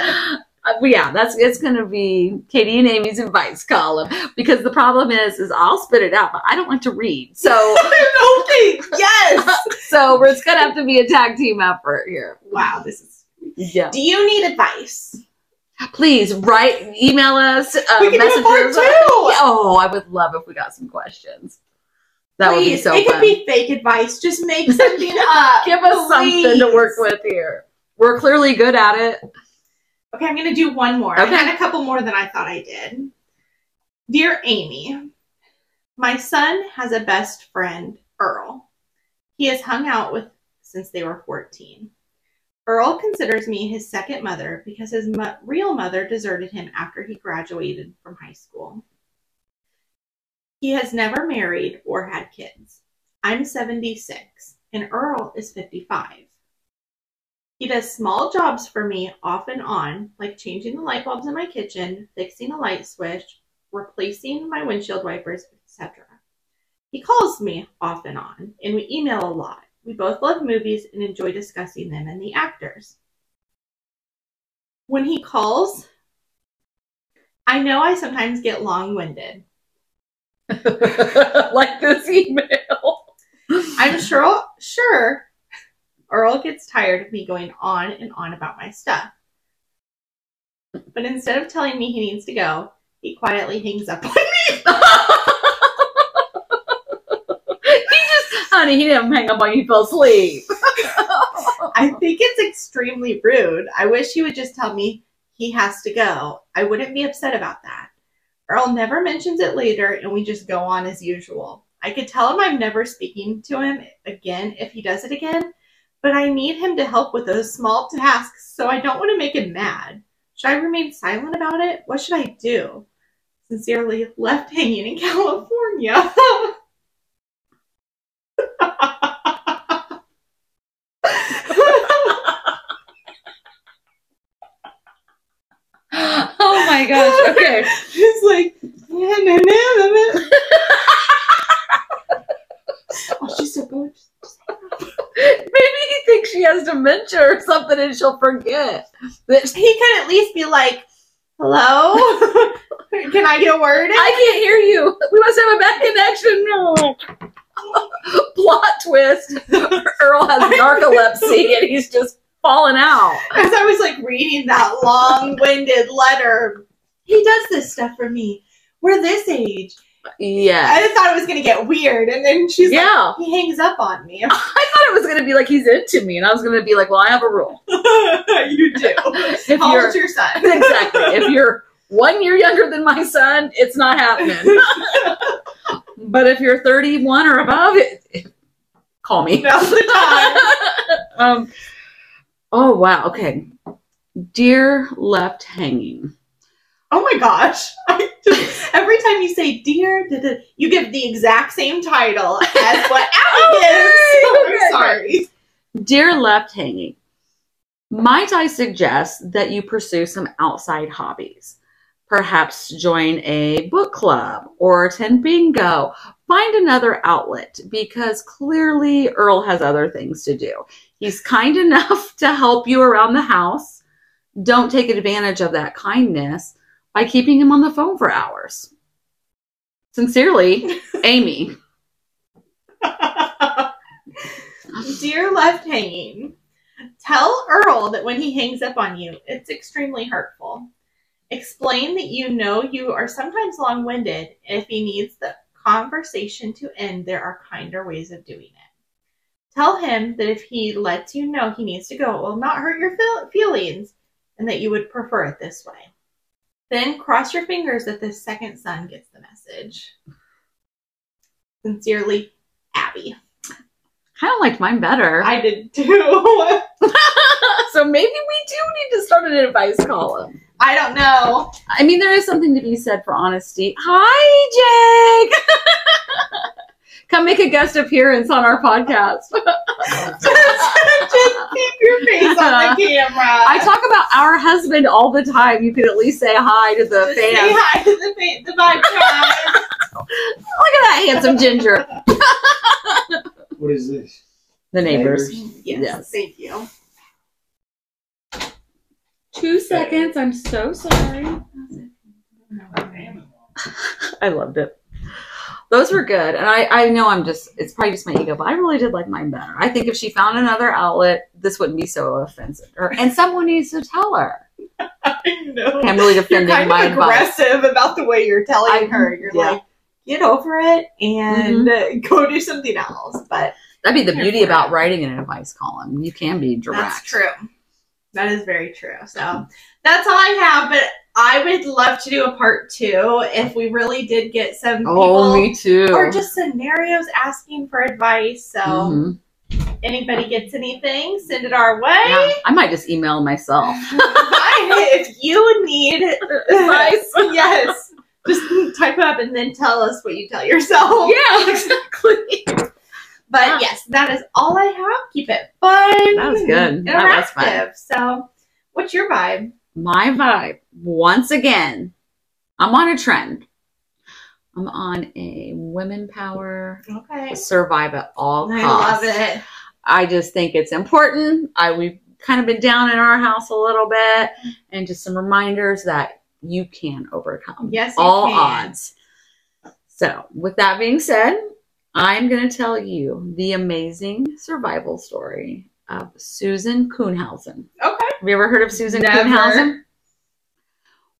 Speaker 1: Uh, well, yeah, that's it's going to be Katie and Amy's advice column because the problem is is I'll spit it out, but I don't like to read. [laughs] So
Speaker 2: okay, yes.
Speaker 1: so we're- it's going to have to be a tag team effort here.
Speaker 2: Wow, this is.
Speaker 1: Yeah.
Speaker 2: Do you need advice?
Speaker 1: Please write, email us, uh,
Speaker 2: we can
Speaker 1: message
Speaker 2: do a part
Speaker 1: us.
Speaker 2: two.
Speaker 1: Oh, I would love if we got some questions. That would be
Speaker 2: Please,
Speaker 1: so
Speaker 2: it
Speaker 1: fun.
Speaker 2: could be fake advice. Just make something
Speaker 1: [laughs]
Speaker 2: up.
Speaker 1: Give us something to work with here. We're clearly good at it.
Speaker 2: Okay, I'm gonna do one more.
Speaker 1: Okay.
Speaker 2: I had a couple more than I thought I did. Dear Amy, my son has a best friend, Earl. He has hung out with since they were 14. Earl considers me his second mother because his mo- real mother deserted him after he graduated from high school. He has never married or had kids. I'm 76 and Earl is 55. He does small jobs for me off and on, like changing the light bulbs in my kitchen, fixing a light switch, replacing my windshield wipers, etc. He calls me off and on, and we email a lot. We both love movies and enjoy discussing them and the actors. When he calls, I know I sometimes get long winded.
Speaker 1: [laughs]
Speaker 3: like this email.
Speaker 2: I'm sure, sure Earl gets tired of me going on and on about my stuff. But instead of telling me he needs to go, he quietly hangs up on me.
Speaker 1: Honey, he didn't hang up on you, he fell asleep.
Speaker 2: I think it's extremely rude. I wish he would just tell me he has to go. I wouldn't be upset about that. Earl never mentions it later, and we just go on as usual. I could tell him I'm never speaking to him again if he does it again, but I need him to help with those small tasks, so I don't want to make him mad. Should I remain silent about it? What should I do? Sincerely, left hanging in [laughs] California.
Speaker 1: [gasps] oh my gosh. Okay.
Speaker 2: He's like, yeah, no, no, no, no. oh, she's so gorgeous.
Speaker 1: [laughs] Maybe he thinks she has dementia or something and she'll forget. That
Speaker 2: He could at least be like, hello? [laughs] Can I get a word in?
Speaker 1: I can't hear you. We must have a bad connection. No. [laughs] Plot twist. [laughs] Earl has narcolepsy and he's just falling out.
Speaker 2: As I was like reading that long winded letter, he does this stuff for me. We're this age.
Speaker 1: Yeah.
Speaker 2: I thought it was going to get weird. And then she's like,
Speaker 1: Yeah.
Speaker 2: he hangs up on me. [laughs]
Speaker 1: I thought it was gonna be like he's into me, and I was gonna be like, "Well, I have a rule.
Speaker 2: you do.
Speaker 1: [laughs] If
Speaker 2: How
Speaker 1: you're
Speaker 2: old's your son?
Speaker 1: [laughs] exactly, if you're one year younger than my son, it's not [laughs]
Speaker 2: [laughs]
Speaker 1: happening. But if you're 31 or above, it, it- call me."
Speaker 2: Now's the time.
Speaker 1: um, oh wow. Okay. Dear left hanging.
Speaker 2: Oh my gosh. [laughs] I just, every time you say dear, da, da, you give the exact same title as what
Speaker 1: [laughs]
Speaker 2: Abby
Speaker 1: Oh, Okay,
Speaker 2: gives.
Speaker 1: okay.
Speaker 2: [laughs] I'm sorry.
Speaker 1: Dear left hanging. Might I suggest that you pursue some outside hobbies? Perhaps join a book club or attend bingo. Find another outlet because clearly Earl has other things to do. He's kind [laughs] enough to help you around the house. Don't take advantage of that kindness by keeping him on the phone for hours. Sincerely, Amy.
Speaker 2: [laughs] Dear left hanging, tell Earl that when he hangs up on you, it's extremely hurtful. Explain that you know you are sometimes long winded. If he needs the conversation to end, there are kinder ways of doing it. Tell him that if he lets you know he needs to go, it will not hurt your feel- feelings and that you would prefer it this way. Then cross your fingers that the second son gets the message. Sincerely, Abby.
Speaker 1: Kind of liked mine better.
Speaker 2: I did too. [laughs]
Speaker 1: so maybe we do need to start an advice column.
Speaker 2: I don't know. [laughs]
Speaker 1: I mean, there is something to be said for honesty. Hi, Jake. [laughs] Come make a guest appearance on our podcast.
Speaker 2: Just keep your
Speaker 1: [laughs]
Speaker 2: face on the camera.
Speaker 1: I talk about our husband all the time. You could at least say hi to the
Speaker 2: Just Say
Speaker 1: fans.
Speaker 2: hi to the, fa-
Speaker 1: [laughs]
Speaker 2: the podcast.
Speaker 1: Look at that handsome ginger.
Speaker 3: What is this?
Speaker 1: The neighbors.
Speaker 2: yes,
Speaker 1: Yes.
Speaker 2: thank you.
Speaker 1: Two seconds. I'm so sorry. I loved it. Those were good. And I, I know I'm just, it's probably just my ego, but I really did like mine better. I think if she found another outlet, this wouldn't be so offensive. Or, and someone needs to tell her.
Speaker 2: I know.
Speaker 1: Okay, I'm really
Speaker 2: [laughs] You're
Speaker 1: defending
Speaker 2: kind
Speaker 1: my
Speaker 2: of
Speaker 1: advice.
Speaker 2: aggressive about the way you're telling
Speaker 1: I-
Speaker 2: her. You're
Speaker 1: yeah. Mm-hmm.
Speaker 2: like, get over it and uh [laughs] go do something else. But
Speaker 1: That'd be the beauty
Speaker 2: You're
Speaker 1: about
Speaker 2: correct.
Speaker 1: writing an advice column. You can be direct.
Speaker 2: that's true. That is very true. So that's all I have. But I would love to do a part two if we really did get some
Speaker 1: Oh,
Speaker 2: people
Speaker 1: me too.
Speaker 2: or just scenarios asking for advice. So.
Speaker 1: Mhm.
Speaker 2: anybody gets anything, send it our way. [laughs]
Speaker 1: Yeah, I might just email myself.
Speaker 2: Fine, if you need
Speaker 1: Advice. [laughs]
Speaker 2: yes, Oh. just type up and then tell us what you tell yourself.
Speaker 1: yeah, exactly.
Speaker 2: But
Speaker 1: Yeah.
Speaker 2: yes, that is all I have. Keep it fun.
Speaker 1: That was good.
Speaker 2: and
Speaker 1: That was fun.
Speaker 2: interactive. So, what's your vibe?
Speaker 1: my vibe once again i'm on a trend i'm on a women power
Speaker 2: Okay.
Speaker 1: survive at all
Speaker 2: I
Speaker 1: costs
Speaker 2: love it.
Speaker 1: i just think it's important i we've kind of been down in our house a little bit and just some reminders that you can overcome
Speaker 2: Yes, you
Speaker 1: all
Speaker 2: can.
Speaker 1: odds so with that being said i'm going to tell you the amazing survival story of susan kuhnhausen
Speaker 2: Okay.
Speaker 1: have you ever heard of Susan
Speaker 2: Never.
Speaker 1: Kuhnhausen?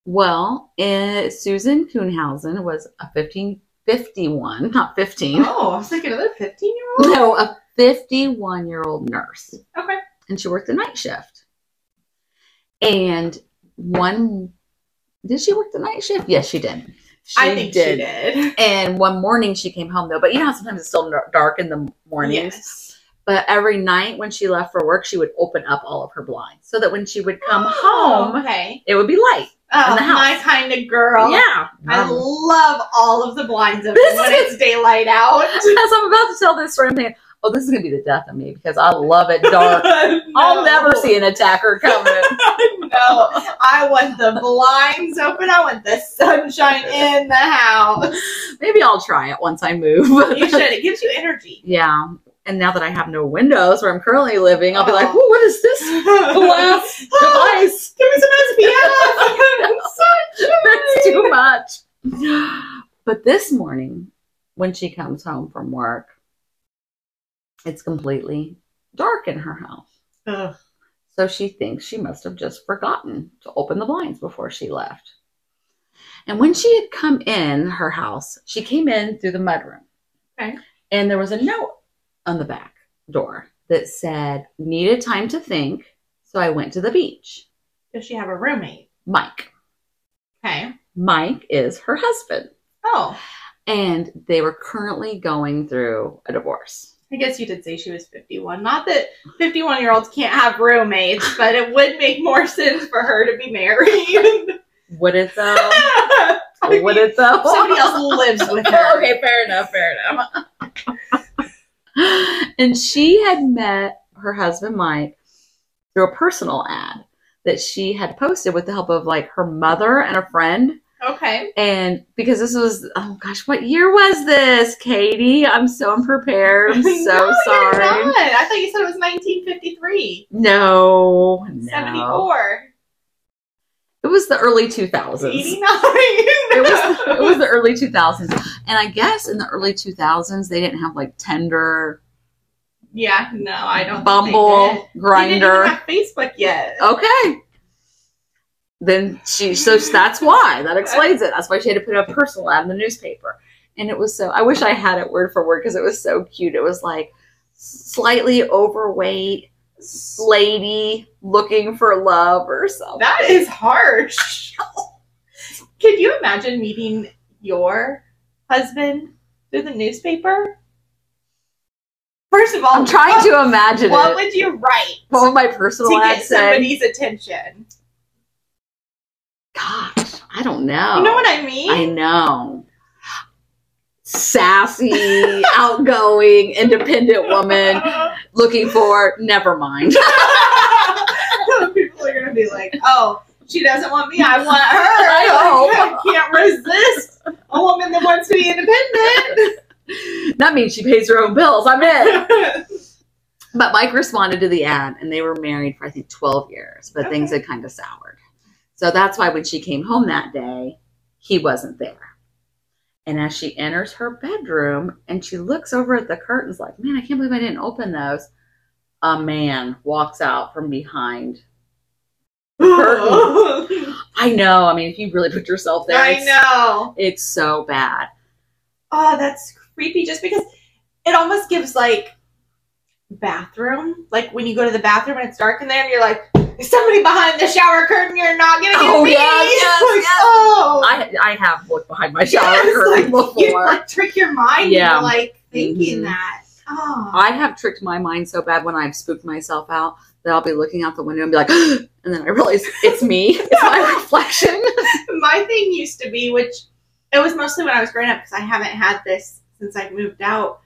Speaker 1: Well, eh, Susan Kuhnhausen was a 15, 51, not 15.
Speaker 2: Oh, I was like another 15 year old?
Speaker 1: No, a 51 year old nurse.
Speaker 2: Okay.
Speaker 1: And she worked the night shift. And one, did she work the night shift? Yes, she did. She
Speaker 2: I think she did.
Speaker 1: And one morning she came home though, but you know how sometimes it's still nar- dark in the mornings?
Speaker 2: Yes.
Speaker 1: But every night when she left for work, she would open up all of her blinds so that when she would come
Speaker 2: Oh,
Speaker 1: home,
Speaker 2: Okay.
Speaker 1: it would be light.
Speaker 2: Oh,
Speaker 1: In the house.
Speaker 2: my kind of girl.
Speaker 1: Yeah.
Speaker 2: I
Speaker 1: Um,
Speaker 2: love all of the blinds open
Speaker 1: This
Speaker 2: when
Speaker 1: is-
Speaker 2: it's daylight [laughs]
Speaker 1: [laughs]
Speaker 2: out.
Speaker 1: as I'm about to tell this story, I'm thinking, oh, this is going to be the death of me because I love it
Speaker 2: [laughs]
Speaker 1: dark. I'll never see an attacker coming.
Speaker 2: no, I want the blinds open. I want the sunshine in the house.
Speaker 1: Maybe I'll try it once I [laughs]
Speaker 2: You
Speaker 1: move.
Speaker 2: should. It gives you energy.
Speaker 1: yeah. And now that I have no windows where I'm currently living, I'll be like,
Speaker 2: Oh.
Speaker 1: "Whoa, what is
Speaker 2: [laughs]
Speaker 1: this glass device? [laughs]
Speaker 2: Give me some SPF.
Speaker 1: That's
Speaker 2: [laughs]
Speaker 1: too much. But this morning, when she comes home from work, it's completely dark in her house.
Speaker 2: Ugh.
Speaker 1: So she thinks she must have just forgotten to open the blinds before she left. And when she had come in her house, she came in through the mudroom.
Speaker 2: Okay.
Speaker 1: And there was a note on the back door that said, needed time to think, so I went to the beach.
Speaker 2: Does she have a roommate?
Speaker 1: Mike.
Speaker 2: Okay.
Speaker 1: Mike is her husband.
Speaker 2: Oh,
Speaker 1: And they were currently going through a divorce.
Speaker 2: I guess you did say she was 51. Not that 51 year olds can't have roommates, but it would make more sense for her to be married.
Speaker 1: Would it though?
Speaker 2: [laughs] I mean,
Speaker 1: Would it though?
Speaker 2: Somebody else lives [laughs] with her.
Speaker 1: okay, fair enough, fair enough. [laughs] and she had met her husband Mike through a personal ad that she had posted with the help of like her mother and a friend.
Speaker 2: Okay.
Speaker 1: And because this was oh gosh, what year was this, Katie? I'm so unprepared. [laughs] I'm
Speaker 2: No,
Speaker 1: so
Speaker 2: you're
Speaker 1: sorry.
Speaker 2: not. I thought you said it was 1953,
Speaker 1: No, no.
Speaker 2: 74,
Speaker 1: It was the early
Speaker 2: [laughs]
Speaker 1: 2000s.
Speaker 2: 89.
Speaker 1: it was it was the early 2000s and i guess in the early 2000s they didn't have like tinder
Speaker 2: yeah, no, I don't. think they did.
Speaker 1: bumble
Speaker 2: They didn't even [laughs]
Speaker 1: grinder
Speaker 2: have Facebook yet.
Speaker 1: okay then she so that's why that explains it that's why she had to put a personal ad in the newspaper and it was so i wish i had it word for word because it was so cute it was like slightly overweight lady looking for love or something
Speaker 2: That is harsh. Can you imagine meeting your husband through the newspaper? First of all,
Speaker 1: i'm
Speaker 2: [laughs]
Speaker 1: trying to
Speaker 2: What,
Speaker 1: imagine
Speaker 2: what
Speaker 1: it
Speaker 2: would you write
Speaker 1: what would my
Speaker 2: to
Speaker 1: personal ad
Speaker 2: get
Speaker 1: say
Speaker 2: somebody's attention?
Speaker 1: gosh i don't know
Speaker 2: You know what I mean?
Speaker 1: Oh, I know. Sassy, outgoing, independent woman
Speaker 2: [laughs]
Speaker 1: looking for never mind. [laughs]
Speaker 2: [laughs] People are gonna be like, "Oh, she doesn't want me. I want her.
Speaker 1: [laughs] I
Speaker 2: I can't resist a woman that wants to
Speaker 1: [laughs]
Speaker 2: be independent." [laughs]
Speaker 1: that means she pays her own bills. I'm in. But Mike responded to the ad and they were married for I think 12 years, but
Speaker 2: Okay.
Speaker 1: things had kind of soured. So that's why when she came home that day, he wasn't there. And as she enters her bedroom and she looks over at the curtains, like, man, I can't believe I didn't open those. A man walks out from behind I know. I mean, if you really put yourself there,
Speaker 2: I
Speaker 1: it's,
Speaker 2: know.
Speaker 1: it's so bad.
Speaker 2: oh, that's creepy just because it almost gives like bathroom. Like when you go to the bathroom and it's dark in there and you're like, "Is somebody behind the shower curtain, you're not gonna get
Speaker 1: Oh,
Speaker 2: [laughs] me.
Speaker 1: yes, yes,
Speaker 2: Like,
Speaker 1: yes.
Speaker 2: Oh,
Speaker 1: I I have looked behind my shower [laughs]
Speaker 2: Yes,
Speaker 1: curtain
Speaker 2: like, you
Speaker 1: before.
Speaker 2: like, trick your mind
Speaker 1: Yeah.
Speaker 2: into like thinking
Speaker 1: Mhm.
Speaker 2: that. Oh,
Speaker 1: I have tricked my mind so bad when I've spooked myself out that I'll be looking out the window and be like, [gasps] and then I realize it's me. It's my reflection.
Speaker 2: [laughs] my thing used to be, which it was mostly when I was growing up because I haven't had this since I moved out,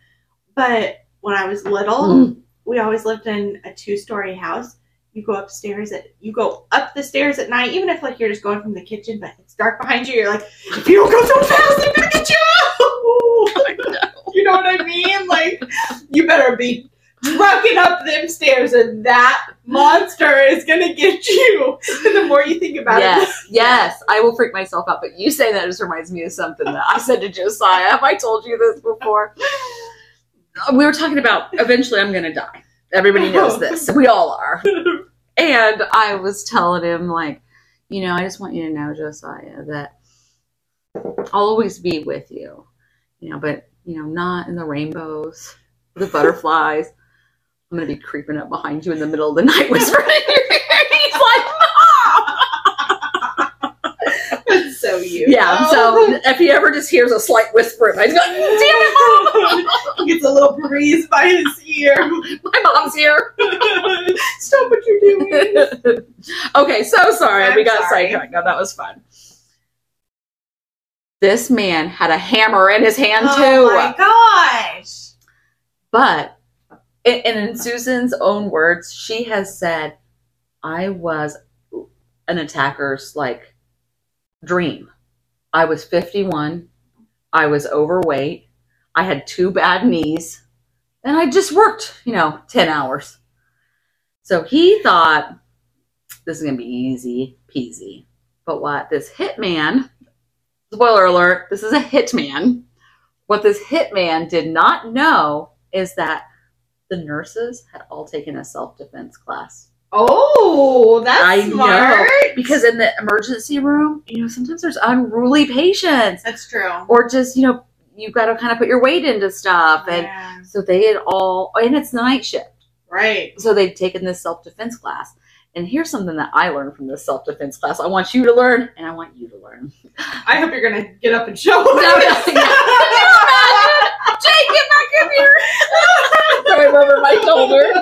Speaker 2: but. when I was little, we always lived in a two story house. You go upstairs at you go up the stairs at night, even if like you're just going from the kitchen, but it's dark behind you. You're like, if you don't go so fast, I'm gonna get you. [laughs] You know what I mean? Like, you better be trucking up them stairs, and that monster is gonna get you. [laughs] And the more you think about it,
Speaker 1: Yes, yes, I will freak myself out. But you saying that just reminds me of something that I said to Josiah. Have I told you this before? We were talking about eventually I'm going to die. Everybody
Speaker 2: [laughs]
Speaker 1: knows this. We all are. And I was telling him, like, you know, I just want you to know, Josiah, that I'll always be with you, you know, but, you know, not in the rainbows, the butterflies. I'm going to be creeping up behind you in the middle of the night, [laughs] whispering in your ear. He's like,
Speaker 2: it's so you.
Speaker 1: Yeah,
Speaker 2: [laughs]
Speaker 1: so if he ever just hears a slight whisper, I just go, damn it, [laughs]
Speaker 2: He gets a little breeze by his ear.
Speaker 1: mom, my mom's here.
Speaker 2: [laughs] Stop what you're doing.
Speaker 1: [laughs] okay, so sorry.
Speaker 2: I'm
Speaker 1: we got
Speaker 2: sorry.
Speaker 1: sidetracked. No, that was fun. This man had a hammer in his hand,
Speaker 2: oh
Speaker 1: too.
Speaker 2: my gosh.
Speaker 1: But, and and in Susan's own words, she has said, I was an attacker's like dream. I was 51. I was overweight. I had two bad knees. And I just worked, you know, 10 hours. So he thought this is going to be easy peasy. But what this hitman, spoiler alert, this is a hitman. What this hitman did not know is that the nurses had all taken a self defense class.
Speaker 2: Oh, that's smart.
Speaker 1: because in the emergency room, you know, sometimes there's unruly patients
Speaker 2: that's true.
Speaker 1: or just, you know, you've got to kind of put your weight into stuff. And
Speaker 2: Yeah,
Speaker 1: so they had all, and it's night shift.
Speaker 2: right.
Speaker 1: So they'd taken this self defense class. And here's something that I learned from this self defense class. I want you to learn, and I want you to learn. [laughs]
Speaker 2: I hope you're gonna get up and show [laughs]
Speaker 1: No, no, yeah. Can you imagine? Jake, get back up here! [laughs] Throw him over my shoulder.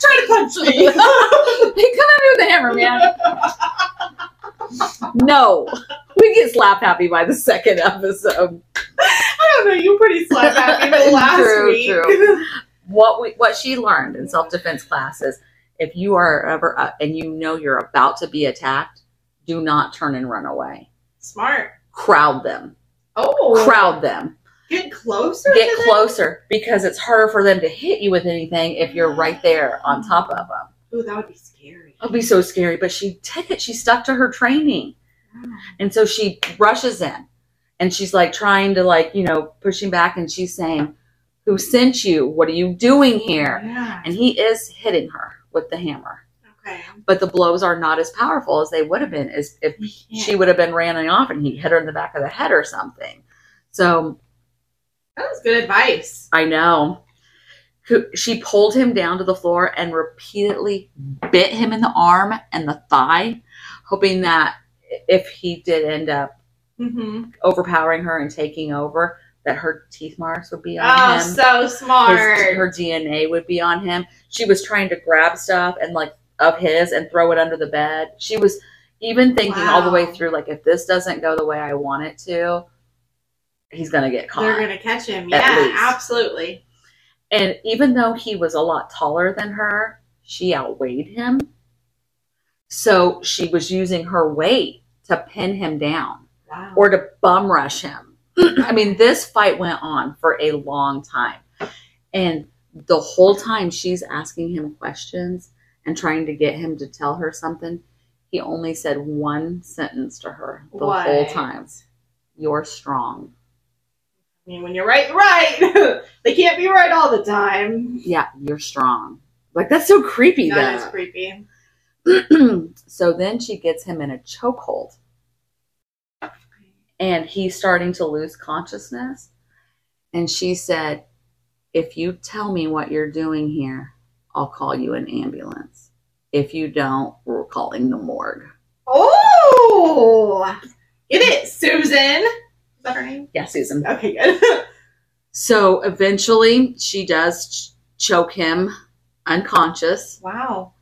Speaker 2: Try to punch
Speaker 1: [laughs]
Speaker 2: me.
Speaker 1: Hey,
Speaker 2: [laughs]
Speaker 1: come at me with a hammer, man. no. We get slap happy by the second episode.
Speaker 2: I don't know. You pretty slap happy but
Speaker 1: [laughs]
Speaker 2: last
Speaker 1: True,
Speaker 2: week. [laughs]
Speaker 1: true. What we what she learned in self defense classes, if you are ever up and you know you're about to be attacked, do not turn and run away.
Speaker 2: Smart.
Speaker 1: Crowd them.
Speaker 2: Oh,
Speaker 1: Crowd them.
Speaker 2: Get closer.
Speaker 1: Get
Speaker 2: to
Speaker 1: closer because it's harder for them to hit you with anything if you're right there on top of them.
Speaker 2: Them? Ooh, that would be scary.
Speaker 1: It'll be so scary, but she did it. She stuck to her training. And so she rushes in and she's like trying to like, you know, pushing back and she's saying, Who sent you? What are you doing here?
Speaker 2: Yeah.
Speaker 1: And he is hitting her with the hammer.
Speaker 2: Okay.
Speaker 1: But the blows are not as powerful as they would have been as if she would have been running off and he hit her in the back of the head or something. So
Speaker 2: That was good advice.
Speaker 1: I know. Who- She pulled him down to the floor and repeatedly bit him in the arm and the thigh, hoping that if he did end up
Speaker 2: Mm-hmm.
Speaker 1: overpowering her and taking over that her teeth marks would be on
Speaker 2: Oh,
Speaker 1: him.
Speaker 2: so smart.
Speaker 1: His- her DNA would be on him. She was trying to grab stuff and like of his and throw it under the bed. She was even thinking all the way
Speaker 2: Wow.
Speaker 1: through like if this doesn't go the way I want it to, he's gonna get caught.
Speaker 2: They're gonna catch him.
Speaker 1: At
Speaker 2: Yeah,
Speaker 1: least.
Speaker 2: absolutely.
Speaker 1: And even though he was a lot taller than her, she outweighed him. So she was using her weight to pin him down.
Speaker 2: Wow.
Speaker 1: or to bum rush him. [clears throat] I mean, this fight went on for a long time. And the whole time she's asking him questions and trying to get him to tell her something, he only said one sentence to her the whole
Speaker 2: What?
Speaker 1: time You're strong.
Speaker 2: I mean, when you're right, you're right. [laughs] they can't be right all the time.
Speaker 1: Yeah, you're strong. Like, that's so creepy,
Speaker 2: That is
Speaker 1: though.
Speaker 2: creepy.
Speaker 1: [clears throat] so then she gets him in a chokehold. and he's starting to lose consciousness. And she said, If you tell me what you're doing here, I'll call you an ambulance. If you don't, we're calling the morgue.
Speaker 2: Oh, get it, Susan. Is that her name?
Speaker 1: Yeah, Susan.
Speaker 2: Okay, good. [laughs]
Speaker 1: So eventually she does ch- choke him unconscious
Speaker 2: wow.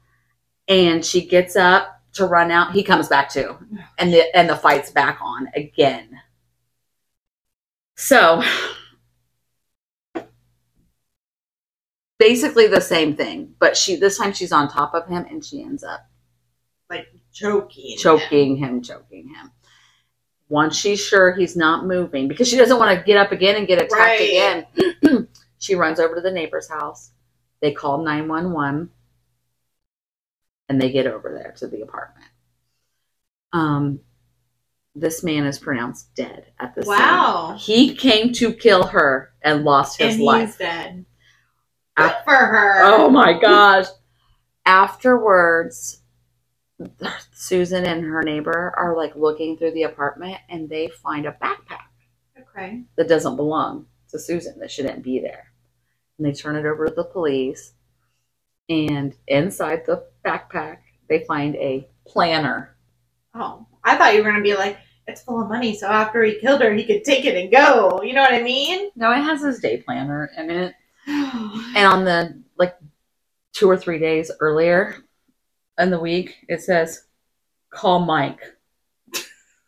Speaker 1: and she gets up to run out. He comes back too. And the and the fight's back on again. So basically the same thing, but she this time she's on top of him and she ends up
Speaker 2: like choking,
Speaker 1: choking him, choking him. Once she's sure he's not moving, because she doesn't want to get up again and get attacked
Speaker 2: Right.
Speaker 1: again, [clears throat] she runs over to the neighbor's house. They call 911 and they get over there to the apartment. Um, this man is pronounced dead at this
Speaker 2: Wow.
Speaker 1: He came to kill her and lost his
Speaker 2: and
Speaker 1: life.
Speaker 2: he's dead.
Speaker 1: Ah.
Speaker 2: Good for her.
Speaker 1: Oh my gosh. Afterwards, Susan and her neighbor are like looking through the apartment and they find a backpack
Speaker 2: Okay.
Speaker 1: that doesn't belong to Susan, that shouldn't be there. And they turn it over to the police. And inside the backpack, they find a planner.
Speaker 2: Oh, I thought you were gonna be like, it's full of money, so after he killed her, he could take it and go. You know what I mean?
Speaker 1: No, it has his day planner in it. And on the like two or three days earlier in the week, it says, call Mike.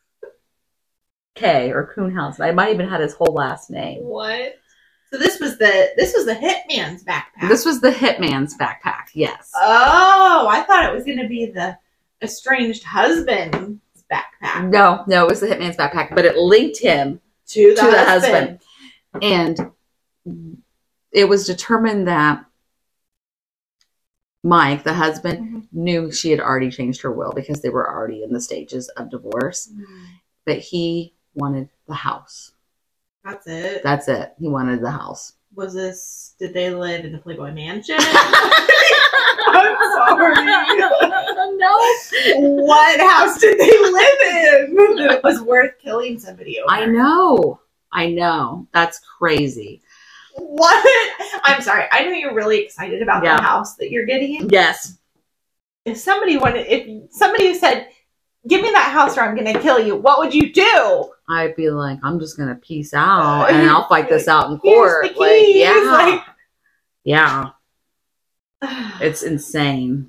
Speaker 1: [laughs] K or Kuhnhausen. I might even had his whole last name.
Speaker 2: what? So this was the this was the hitman's backpack.
Speaker 1: This was the hitman's backpack, yes.
Speaker 2: oh, I thought it was gonna be the estranged husband's backpack
Speaker 1: No, no, it was the hitman's backpack, but it linked him
Speaker 2: to the,
Speaker 1: to the
Speaker 2: husband.
Speaker 1: husband. And it was determined that Mike, the husband, knew she had already changed her will because they were already in the stages of divorce.
Speaker 2: Mm-hmm.
Speaker 1: that he wanted the house.
Speaker 2: That's it.
Speaker 1: That's it. He wanted the house.
Speaker 2: Was this? Did they live in the
Speaker 1: [laughs]
Speaker 2: Playboy Mansion? I'm sorry. [laughs]
Speaker 1: no.
Speaker 2: what house did they live
Speaker 1: [laughs]
Speaker 2: in that it was worth killing somebody over?
Speaker 1: I know. I know. That's crazy.
Speaker 2: What? I'm sorry. I know you're really excited about
Speaker 1: Yeah.
Speaker 2: the house that you're getting.
Speaker 1: Yes.
Speaker 2: If somebody wanted, if somebody said, "Give me that house, or I'm going to kill you," what would you do?
Speaker 1: I'd be like, I'm just gonna peace out and I'll fight this out in
Speaker 2: Here's
Speaker 1: court.
Speaker 2: the
Speaker 1: Like,
Speaker 2: keys,
Speaker 1: yeah.
Speaker 2: like-
Speaker 1: yeah.
Speaker 2: [sighs]
Speaker 1: It's insane.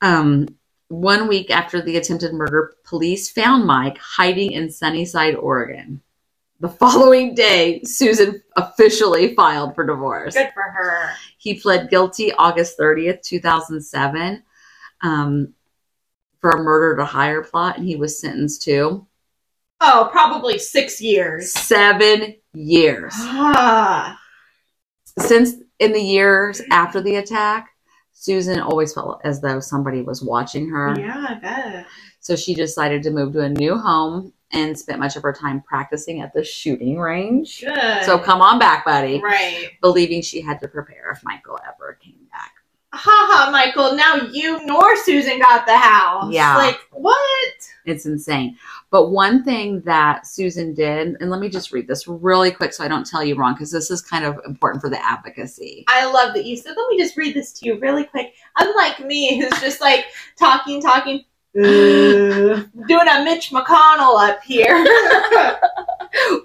Speaker 1: Um one week after the attempted murder, police found Mike hiding in Sunnyside, Oregon. The following day, Susan officially filed for divorce.
Speaker 2: good for her.
Speaker 1: He pled guilty August 30th, 2007, um, for a murder to hire plot, and he was sentenced to
Speaker 2: Oh, probably six years.
Speaker 1: seven years.
Speaker 2: Ah,
Speaker 1: Since in the years after the attack, Susan always felt as though somebody was watching her.
Speaker 2: yeah, I bet.
Speaker 1: So she decided to move to a new home and spent much of her time practicing at the shooting range.
Speaker 2: Good.
Speaker 1: So come on back, buddy.
Speaker 2: right.
Speaker 1: Believing she had to prepare if Michael ever came back.
Speaker 2: Haha, Michael. Now you nor Susan got the house.
Speaker 1: Yeah.
Speaker 2: Like what?
Speaker 1: It's insane. But one thing that Susan did, and let me just read this really quick so I don't tell you wrong, because this is kind of important for the advocacy.
Speaker 2: I love that you said, let me just read this to you really quick. Unlike me, who's just like
Speaker 1: [laughs]
Speaker 2: talking, talking, doing a Mitch McConnell up
Speaker 1: [laughs]
Speaker 2: here.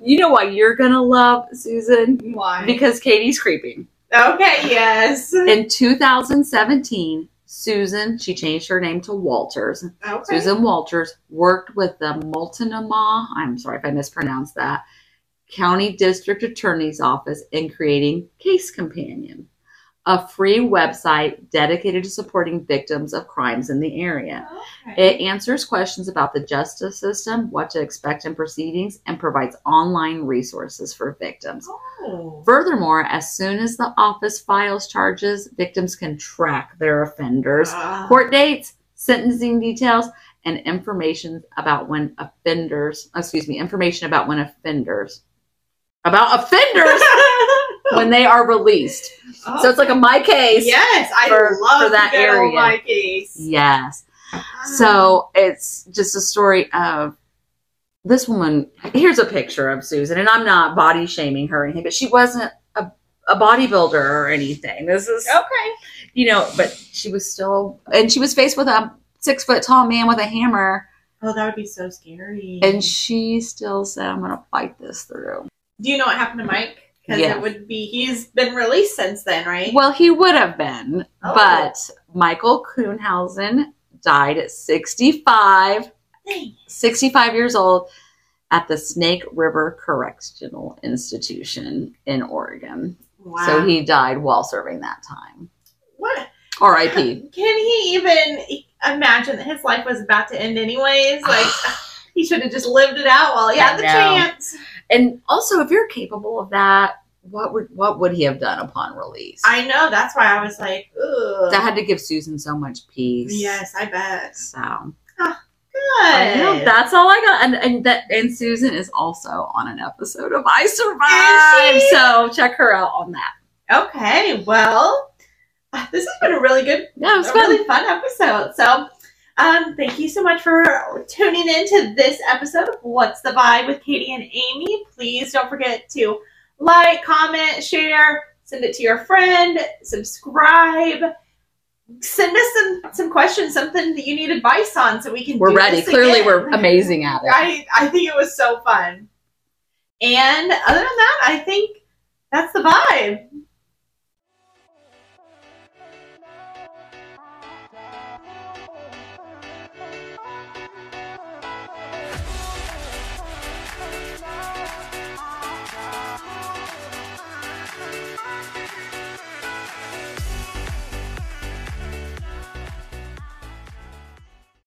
Speaker 1: You know why you're going to love Susan?
Speaker 2: Why?
Speaker 1: Because Katie's creeping.
Speaker 2: Okay, yes.
Speaker 1: In 2017, Susan, she changed her name to Walters.
Speaker 2: Okay.
Speaker 1: Susan Walters worked with the Multnomah, I'm sorry if I mispronounced that, County District Attorney's Office in creating Case Companion, a free website dedicated to supporting victims of crimes in the area.
Speaker 2: Okay.
Speaker 1: It answers questions about the justice system, what to expect in proceedings, and provides online resources for victims.
Speaker 2: Oh.
Speaker 1: Furthermore, as soon as the office files charges, victims can track their offenders
Speaker 2: Ah. [laughs]
Speaker 1: court dates, sentencing details, and information about when offenders, excuse me, information about when offenders, about
Speaker 2: [laughs]
Speaker 1: offenders when they are released. So it's like a my case.
Speaker 2: Yes, I
Speaker 1: for-
Speaker 2: love
Speaker 1: for that
Speaker 2: that area.
Speaker 1: area.
Speaker 2: my case.
Speaker 1: Yes.
Speaker 2: Ah.
Speaker 1: So it's just a story of this woman. Here's a picture of Susan, and I'm not body shaming her or anything, but she wasn't a, a bodybuilder or anything. This is
Speaker 2: Okay.
Speaker 1: you know, but she was still, and she was faced with a six foot tall man with a hammer.
Speaker 2: Oh, that would be so scary.
Speaker 1: And she still said, I'm going to fight this through.
Speaker 2: Do you know what happened to Mike? Because
Speaker 1: Yeah.
Speaker 2: it would be, he's been released since then, right?
Speaker 1: Well, he would have been,
Speaker 2: Oh.
Speaker 1: but Michael Kuhnhausen died at 65,
Speaker 2: Dang.
Speaker 1: 65 years old at the Snake River Correctional Institution in Oregon.
Speaker 2: Wow.
Speaker 1: So he died while serving that time.
Speaker 2: What?
Speaker 1: R.I.P.
Speaker 2: Can he even e, imagine that his life was about to
Speaker 1: [sighs]
Speaker 2: end anyways? Like [sighs] he should have just lived it out while he
Speaker 1: I
Speaker 2: had the
Speaker 1: know.
Speaker 2: chance.
Speaker 1: [laughs] And also, if you're capable of that, what would what would he have done upon release?
Speaker 2: I know. That's why I was like, ugh.
Speaker 1: that had to give Susan so much peace.
Speaker 2: yes, I bet.
Speaker 1: So I know,
Speaker 2: Good.
Speaker 1: that's all I got. And, and that and Susan is also on an episode of I
Speaker 2: Is she?
Speaker 1: Survive. So check her out on that.
Speaker 2: Okay, well, uh, this has been a really good,
Speaker 1: Yeah, it
Speaker 2: a
Speaker 1: was fun.
Speaker 2: really fun episode. So, um, thank you so much for tuning in to this episode of What's the Vibe with Katie and Amy. Please don't forget to like, comment, share, send it to your friend, subscribe. Send us some some questions, something that you need advice on, so we can.
Speaker 1: We're
Speaker 2: do
Speaker 1: ready.
Speaker 2: this
Speaker 1: Clearly,
Speaker 2: again.
Speaker 1: we're amazing at it.
Speaker 2: I, I think it was so fun. And other than that, I think that's the vibe.